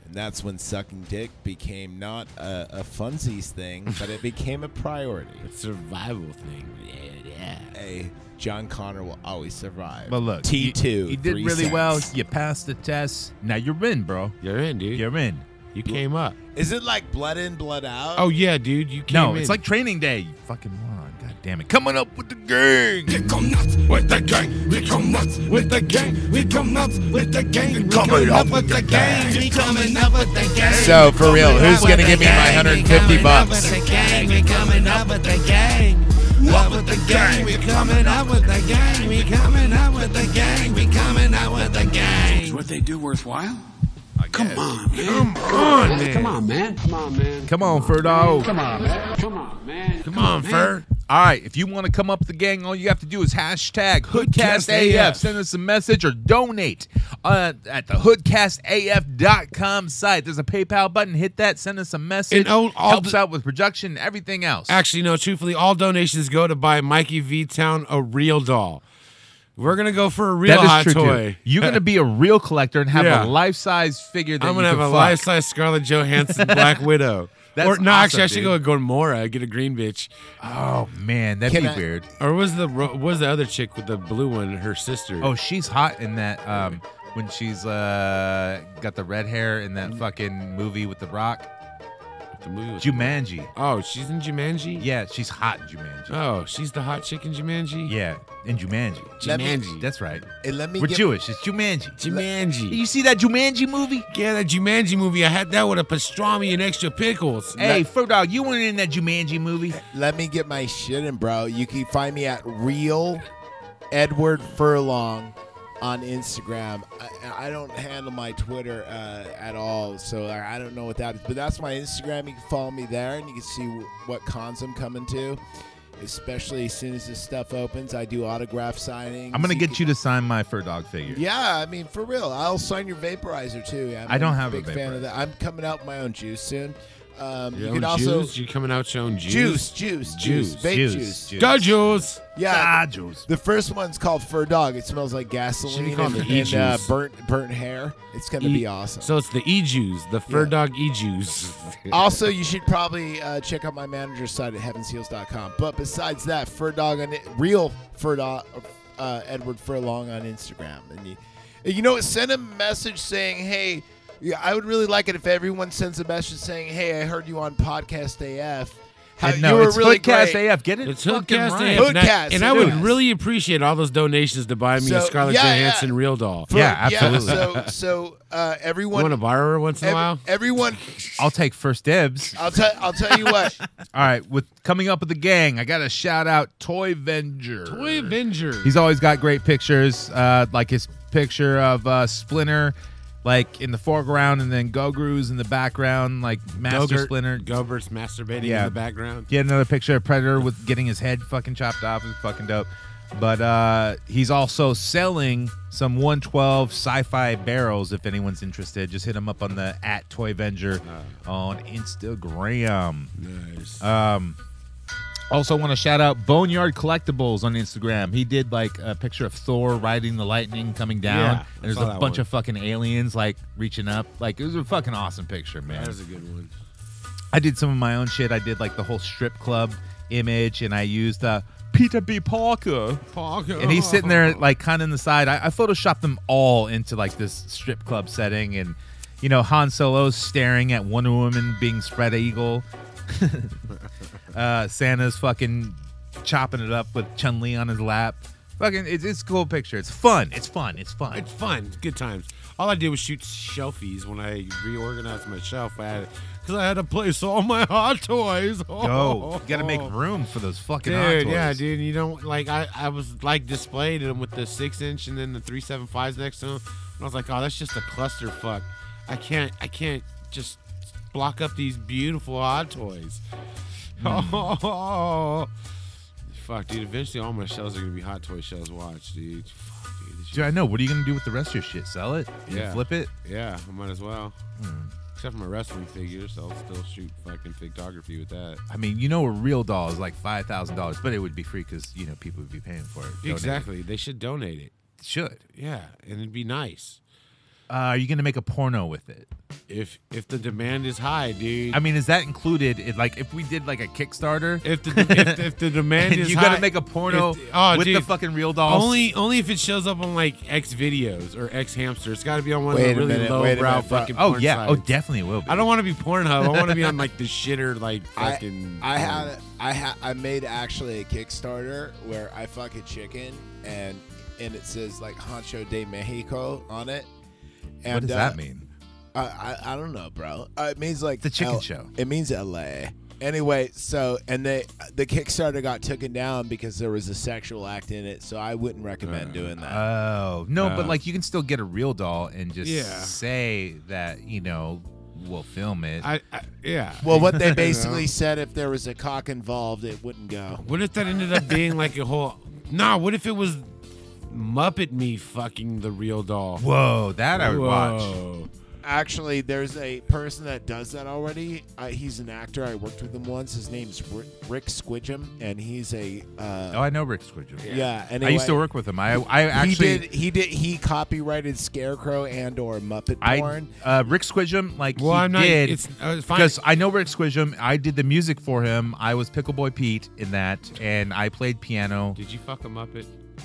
And that's when sucking dick became not a, a funsies *laughs* thing, but it became a priority.
A survival thing. Yeah, yeah.
Hey, John Connor will always survive.
But look,
T two.
You, you did
three
really
cents.
well. You passed the test. Now you're in, bro.
You're in, dude.
You're in.
You came up.
Is it like blood in, blood out?
Oh yeah, dude. You came
No,
in.
it's like Training Day. You fucking moron. God damn it. Coming up with the gang.
We come nuts with the gang. We come nuts with the gang. We come nuts with the gang. We coming up with the gang. We coming up with the gang.
So for real, who's gonna give me my 150 bucks?
With the gang. We coming up with the gang. Up with the gang. We coming up with the gang. We coming up with the gang. We coming up with the gang. Is what they do worthwhile? Come on, man. Come
on, man. Come on,
man. Come on, man.
Come on, Ferdo.
man. Come on, man.
Come on, Fer.
All right, if you want to come up with the gang, all you have to do is hashtag HoodcastAF. Send us a message or donate uh, at the HoodcastAF.com site. There's a PayPal button. Hit that. Send us a message.
And all- all
Helps
the-
out with production and everything else.
Actually, no. Truthfully, all donations go to buy Mikey V Town a real doll. We're gonna go for a real hot
too.
toy.
You're going to be a real collector and have
Yeah.
a life size figure that
I'm gonna
you
have
can
a
fuck.
life size Scarlett Johansson
*laughs*
Black Widow.
That's
or no, actually, I
awesome,
should go with Gormora. Get a green bitch.
Oh, man. That'd
Can
be
I-
weird.
Or was the ro- was the other chick with the blue one her sister?
Oh, she's hot in that. Um, when she's uh, got the red hair in that fucking movie with The Rock,
the movie. was-
Jumanji.
Oh, she's in Jumanji.
Yeah, she's hot in Jumanji.
Oh, she's the hot chick in Jumanji.
Yeah, in Jumanji.
Let me-
Jumanji.
That's right.
And let me
We're
get-
Jewish. It's Jumanji.
Jumanji.
You see that Jumanji movie?
Yeah, that Jumanji movie. I had that with a pastrami and extra pickles.
Hey, Fur Dog, you weren't in that Jumanji movie.
Let me get my shit in, bro. You can find me at real Edward Furlong on Instagram. I, I don't handle my Twitter uh, at all, so I I don't know what that is. But that's my Instagram. You can follow me there, and you can see wh- what cons I'm coming to. Especially as soon as this stuff opens, I do autograph signings.
I'm gonna get
can-
you to sign my Fur Dog figure.
Yeah, I mean, for real. I'll sign your vaporizer too. I'm
I don't have a
big fan of that. I'm coming out with my own juice soon. Um,
Your
you
own
can also
juice? You coming out your own juice?
juice, juice, juice,
Juice.
vape
Juice,
juice.
juice. Ah,
Go juice.
Yeah,
juice.
the first one's called Fur Dog. It smells like gasoline
called
and,
the
and uh,
E-juice.
burnt burnt hair. It's gonna
E-
be awesome.
So it's the e Jews, the fur dog e *laughs* Jews.
also, you should probably uh, check out my manager's site at heavensheels.com. But besides that, Fur Dog on it- real Fur Dog, uh, Edward Furlong on Instagram, and you, you know, what? send a message saying, "Hey, yeah, I would really like it if everyone sends a message saying, "Hey, I heard you on podcast AF. How,
And no,
you were
it's
really
Hoodcast
great."
AF. Get it
It's
fucking
Hoodcast
right.
AF. And I,
Hoodcast,
and I would
Hoodcast.
really appreciate all those donations to buy me a
So,
Scarlett
yeah, yeah.
Johansson real doll.
Fur-
Yeah, absolutely.
so, so uh,
You want
everyone,
to borrow her once in a
ev-
while?
everyone,
I'll take first dibs.
I'll tell, I'll tell
*laughs*
you what.
All right, with coming up with the gang, I got to shout out Toy Venger.
Toy Avenger.
He's always got great pictures, uh, like his picture of uh, Splinter, like in the foreground, and then Gogru's in the background, like Master
Gogurt-
Splinter.
Gobert's masturbating
Yeah.
in the background.
He had another picture of Predator with getting his head fucking chopped off. It was fucking dope. But uh, he's also selling some 112 sci-fi barrels. If anyone's interested, just hit him up on the at Toy Venger on Instagram.
Nice.
Um, Also, want to shout out Boneyard Collectibles on Instagram. He did like a picture of Thor riding the lightning coming down,
Yeah, I
and there's
saw
a
that
bunch
one.
of fucking aliens like reaching up. Like it was a fucking awesome picture, man.
That was a good one.
I did some of my own shit. I did like the whole strip club image, and I used uh, Peter B. Parker.
Parker.
And he's sitting
Oh.
there like kind of in the side. I, I photoshopped them all into like this strip club setting, and you know Han Solo's staring at Wonder Woman being spread eagle. *laughs* uh, Santa's fucking chopping it up with Chun Li on his lap. Fucking, it's, it's a cool picture. It's fun. It's fun. It's fun.
Oh, It's fun. It's good times. All I did was shoot shelfies when I reorganized my shelf. I had because I had to place all my hot toys. Oh,
*laughs* Yo,
*laughs*
you gotta make room for those fucking
dude,
hot toys.
yeah, dude. You don't like I, I was like displayed them with the six inch and then the three seven fives next to them. And I was like, oh, that's just a clusterfuck. I can't, I can't just block up these beautiful hot toys. Oh, *laughs* fuck, dude. Eventually, all my shells are gonna be hot toy shells. Watch, dude. Fuck, dude. this
Dude, I know. What are you gonna do with the rest of your shit? Sell it?
Yeah.
Flip it?
Yeah, I might as well. Except for my wrestling figures, I'll still shoot fucking photography with that.
I mean, you know, a real doll is like five thousand dollars, but it would be free because you know people would be paying for it. donating.
Exactly. They should donate it.
Should.
Yeah, and it'd be nice
Uh, are you gonna make a porno with it?
if if the demand is high, dude.
I mean, is that included? It, like, if we did like a Kickstarter,
if the if, if the
*laughs*
demand
and
is
you gotta
high-
make a porno
if- oh,
with the
dude.
fucking real dolls.
Only only if it shows up on like X videos or X hamster. It's got to be on one of
Wait a
the really
minute,
low
wait a
brow
minute, bro.
fucking.
Oh,
porn
yeah.
sites.
Oh, definitely it will be.
I don't want to be Pornhub. I want to be on like the shitter like fucking.
I had
porn.
a- I ha- I made actually a Kickstarter where I fuck a chicken and and it says like Hancho de Mexico on it. And, uh,
does that mean?
I, I I don't know, bro. Uh, it means like
The chicken
L-
show.
It means L.A. Anyway, so and they the Kickstarter got taken down because there was a sexual act in it, so I wouldn't recommend
Uh,
doing that.
Oh no,
Uh.
but like you can still get a real doll and just
Yeah.
say that you know we'll film it.
I- I- yeah.
Well,
*laughs*
what they
You know?
basically said if there was a cock involved, it wouldn't go.
What if that ended up being like a whole? Nah, what if it was Muppet Me fucking the real doll?
Whoa, that I would watch.
Whoa.
Actually, there's a person that does that already. Uh, he's an actor. I worked with him once. His name's Rick, Rick Squidgem, and he's a. Uh,
Oh, I know Rick Squidgem.
Yeah.
I used to work with him. I I actually
he did. He did. He copyrighted Scarecrow and or Muppet
I
Porn.
uh, Rick Squidgem like
Well,
he
I'm not-
did
it's- uh, it's fine.
because I know Rick Squidgem. I did the music for him. I was Pickle Boy Pete in that, and I played piano.
Did you fuck a Muppet?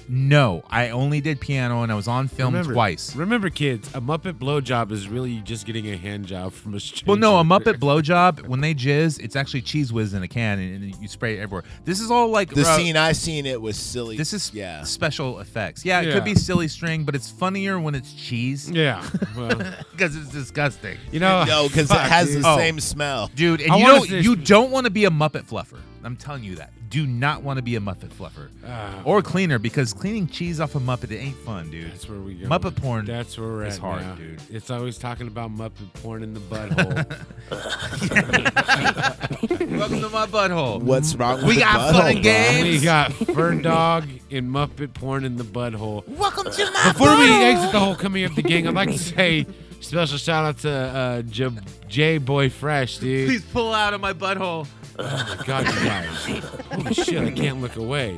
No, I only did piano, and I was on film
Remember-
twice.
Remember, kids, a Muppet blowjob is really just getting a hand job from a stranger.
Well, no, a Muppet blowjob when they jizz, it's actually cheese whiz in a can, and, and you spray it everywhere. This is all like
The
uh,
scene I seen it was silly.
This is
yeah.
special effects. Yeah, it
Yeah.
could be silly string, but it's funnier when it's cheese.
*laughs*
*laughs*
Yeah, well.
because it's disgusting.
You
*laughs*
know- No, 'cause it
Fuck,
has
dude. Oh.
the same
smell.
dude. And
I
you
wanna
know,
finish-
you don't want to be a Muppet fluffer. I'm telling you that. Do not want to be a Muppet fluffer
Ah.
or cleaner because cleaning cheese off a Muppet it ain't fun, dude.
That's where we go.
Muppet porn.
That's where we're
is
at
hard,
now.
dude.
It's always talking about Muppet porn in the
*laughs*
butthole.
Welcome to my butthole.
What's wrong with
We
the
got
butthole,
fun
bro?
and games.
We got Fern Dog and Muppet porn in the butthole.
Welcome to my
Before we
butthole.
exit the whole coming up the gang, I'd like
*laughs*
to say special shout out to uh, J-, J Boy Fresh, dude.
Please pull out of my butthole.
Oh my god, you guys! Holy shit, I can't look away.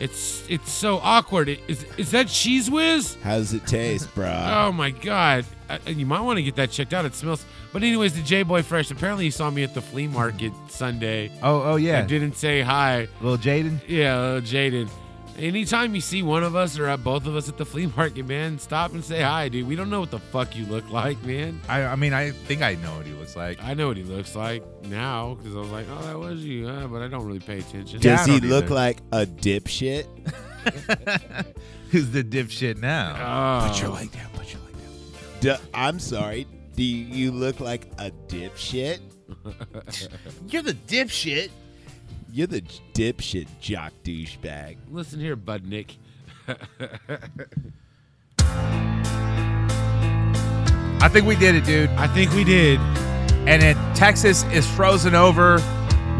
It's it's so awkward. It- Is is that cheese whiz?
How's it taste, bro?
Oh my god! Uh, you might want to get that checked out. It smells. But anyways, the J Boy Fresh. Apparently, he saw me at the flea market Sunday.
Oh, oh yeah.
I didn't say hi.
Little Jaden.
Yeah, little Jaden. Anytime you see one of us or uh, both of us at the flea market, man, stop and say hi, dude. We don't know what the fuck you look like, man.
I, I mean, I think I know what he looks like.
I know what he looks like now because I was like, oh, that was you, huh? but I don't really pay attention.
Does he look like a dipshit?
Who's the dipshit now?
Oh. Put your leg
down. Put your leg down. Um, I'm sorry. Do you look like a dipshit?
You're the dipshit.
You're the dipshit jock douchebag.
Listen here, Bud Nick.
I think we did it, dude.
I think we did.
And it, Texas is frozen over.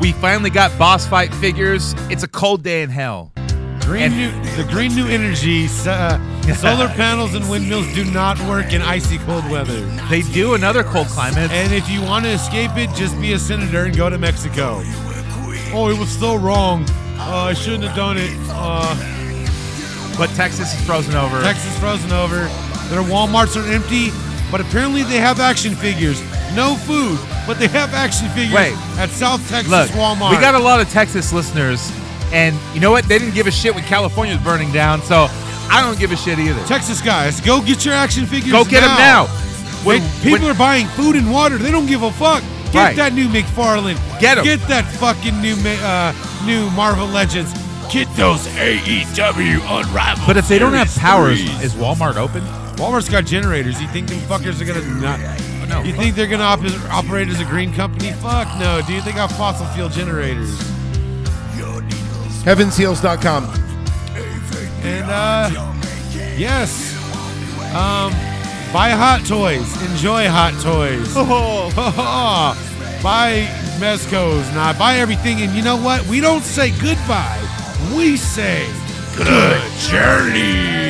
We finally got boss fight figures. It's a cold day in hell.
Green new, the green new energy, uh,
*laughs*
solar panels and windmills do not work in icy cold weather.
They do in other cold climates.
And if you want to escape it, just be a senator and go to Mexico. Oh, it was so wrong. Uh, I shouldn't have done it. Uh,
But Texas is frozen over.
Texas frozen over. Their WalMarts are empty, but apparently they have action figures. No food, but they have action figures
Wait.
at South Texas
Look,
Walmart.
we got a lot of Texas listeners, and you know what? They didn't give a shit when California's burning down, so I don't give a shit either.
Texas guys, go get your action figures.
Go get 'em now.
They- people are buying food and water. They don't give a fuck. Get
Right.
that new McFarlane.
Get 'em.
Get that fucking new Ma- uh, new Marvel Legends. Get those AEW unrivaled.
But if they don't have
Series
powers,
threes.
is Walmart open?
Walmart's got generators. You think them fuckers are gonna not?
No.
You think they're gonna op- operate as a green company? Fuck no, dude. They got fossil fuel generators.
HeavensHeels.com.
And uh, yes, um, buy hot toys, enjoy hot toys. *laughs* buy mezcos, now buy everything. And you know what? We don't say goodbye. We say
Good journey.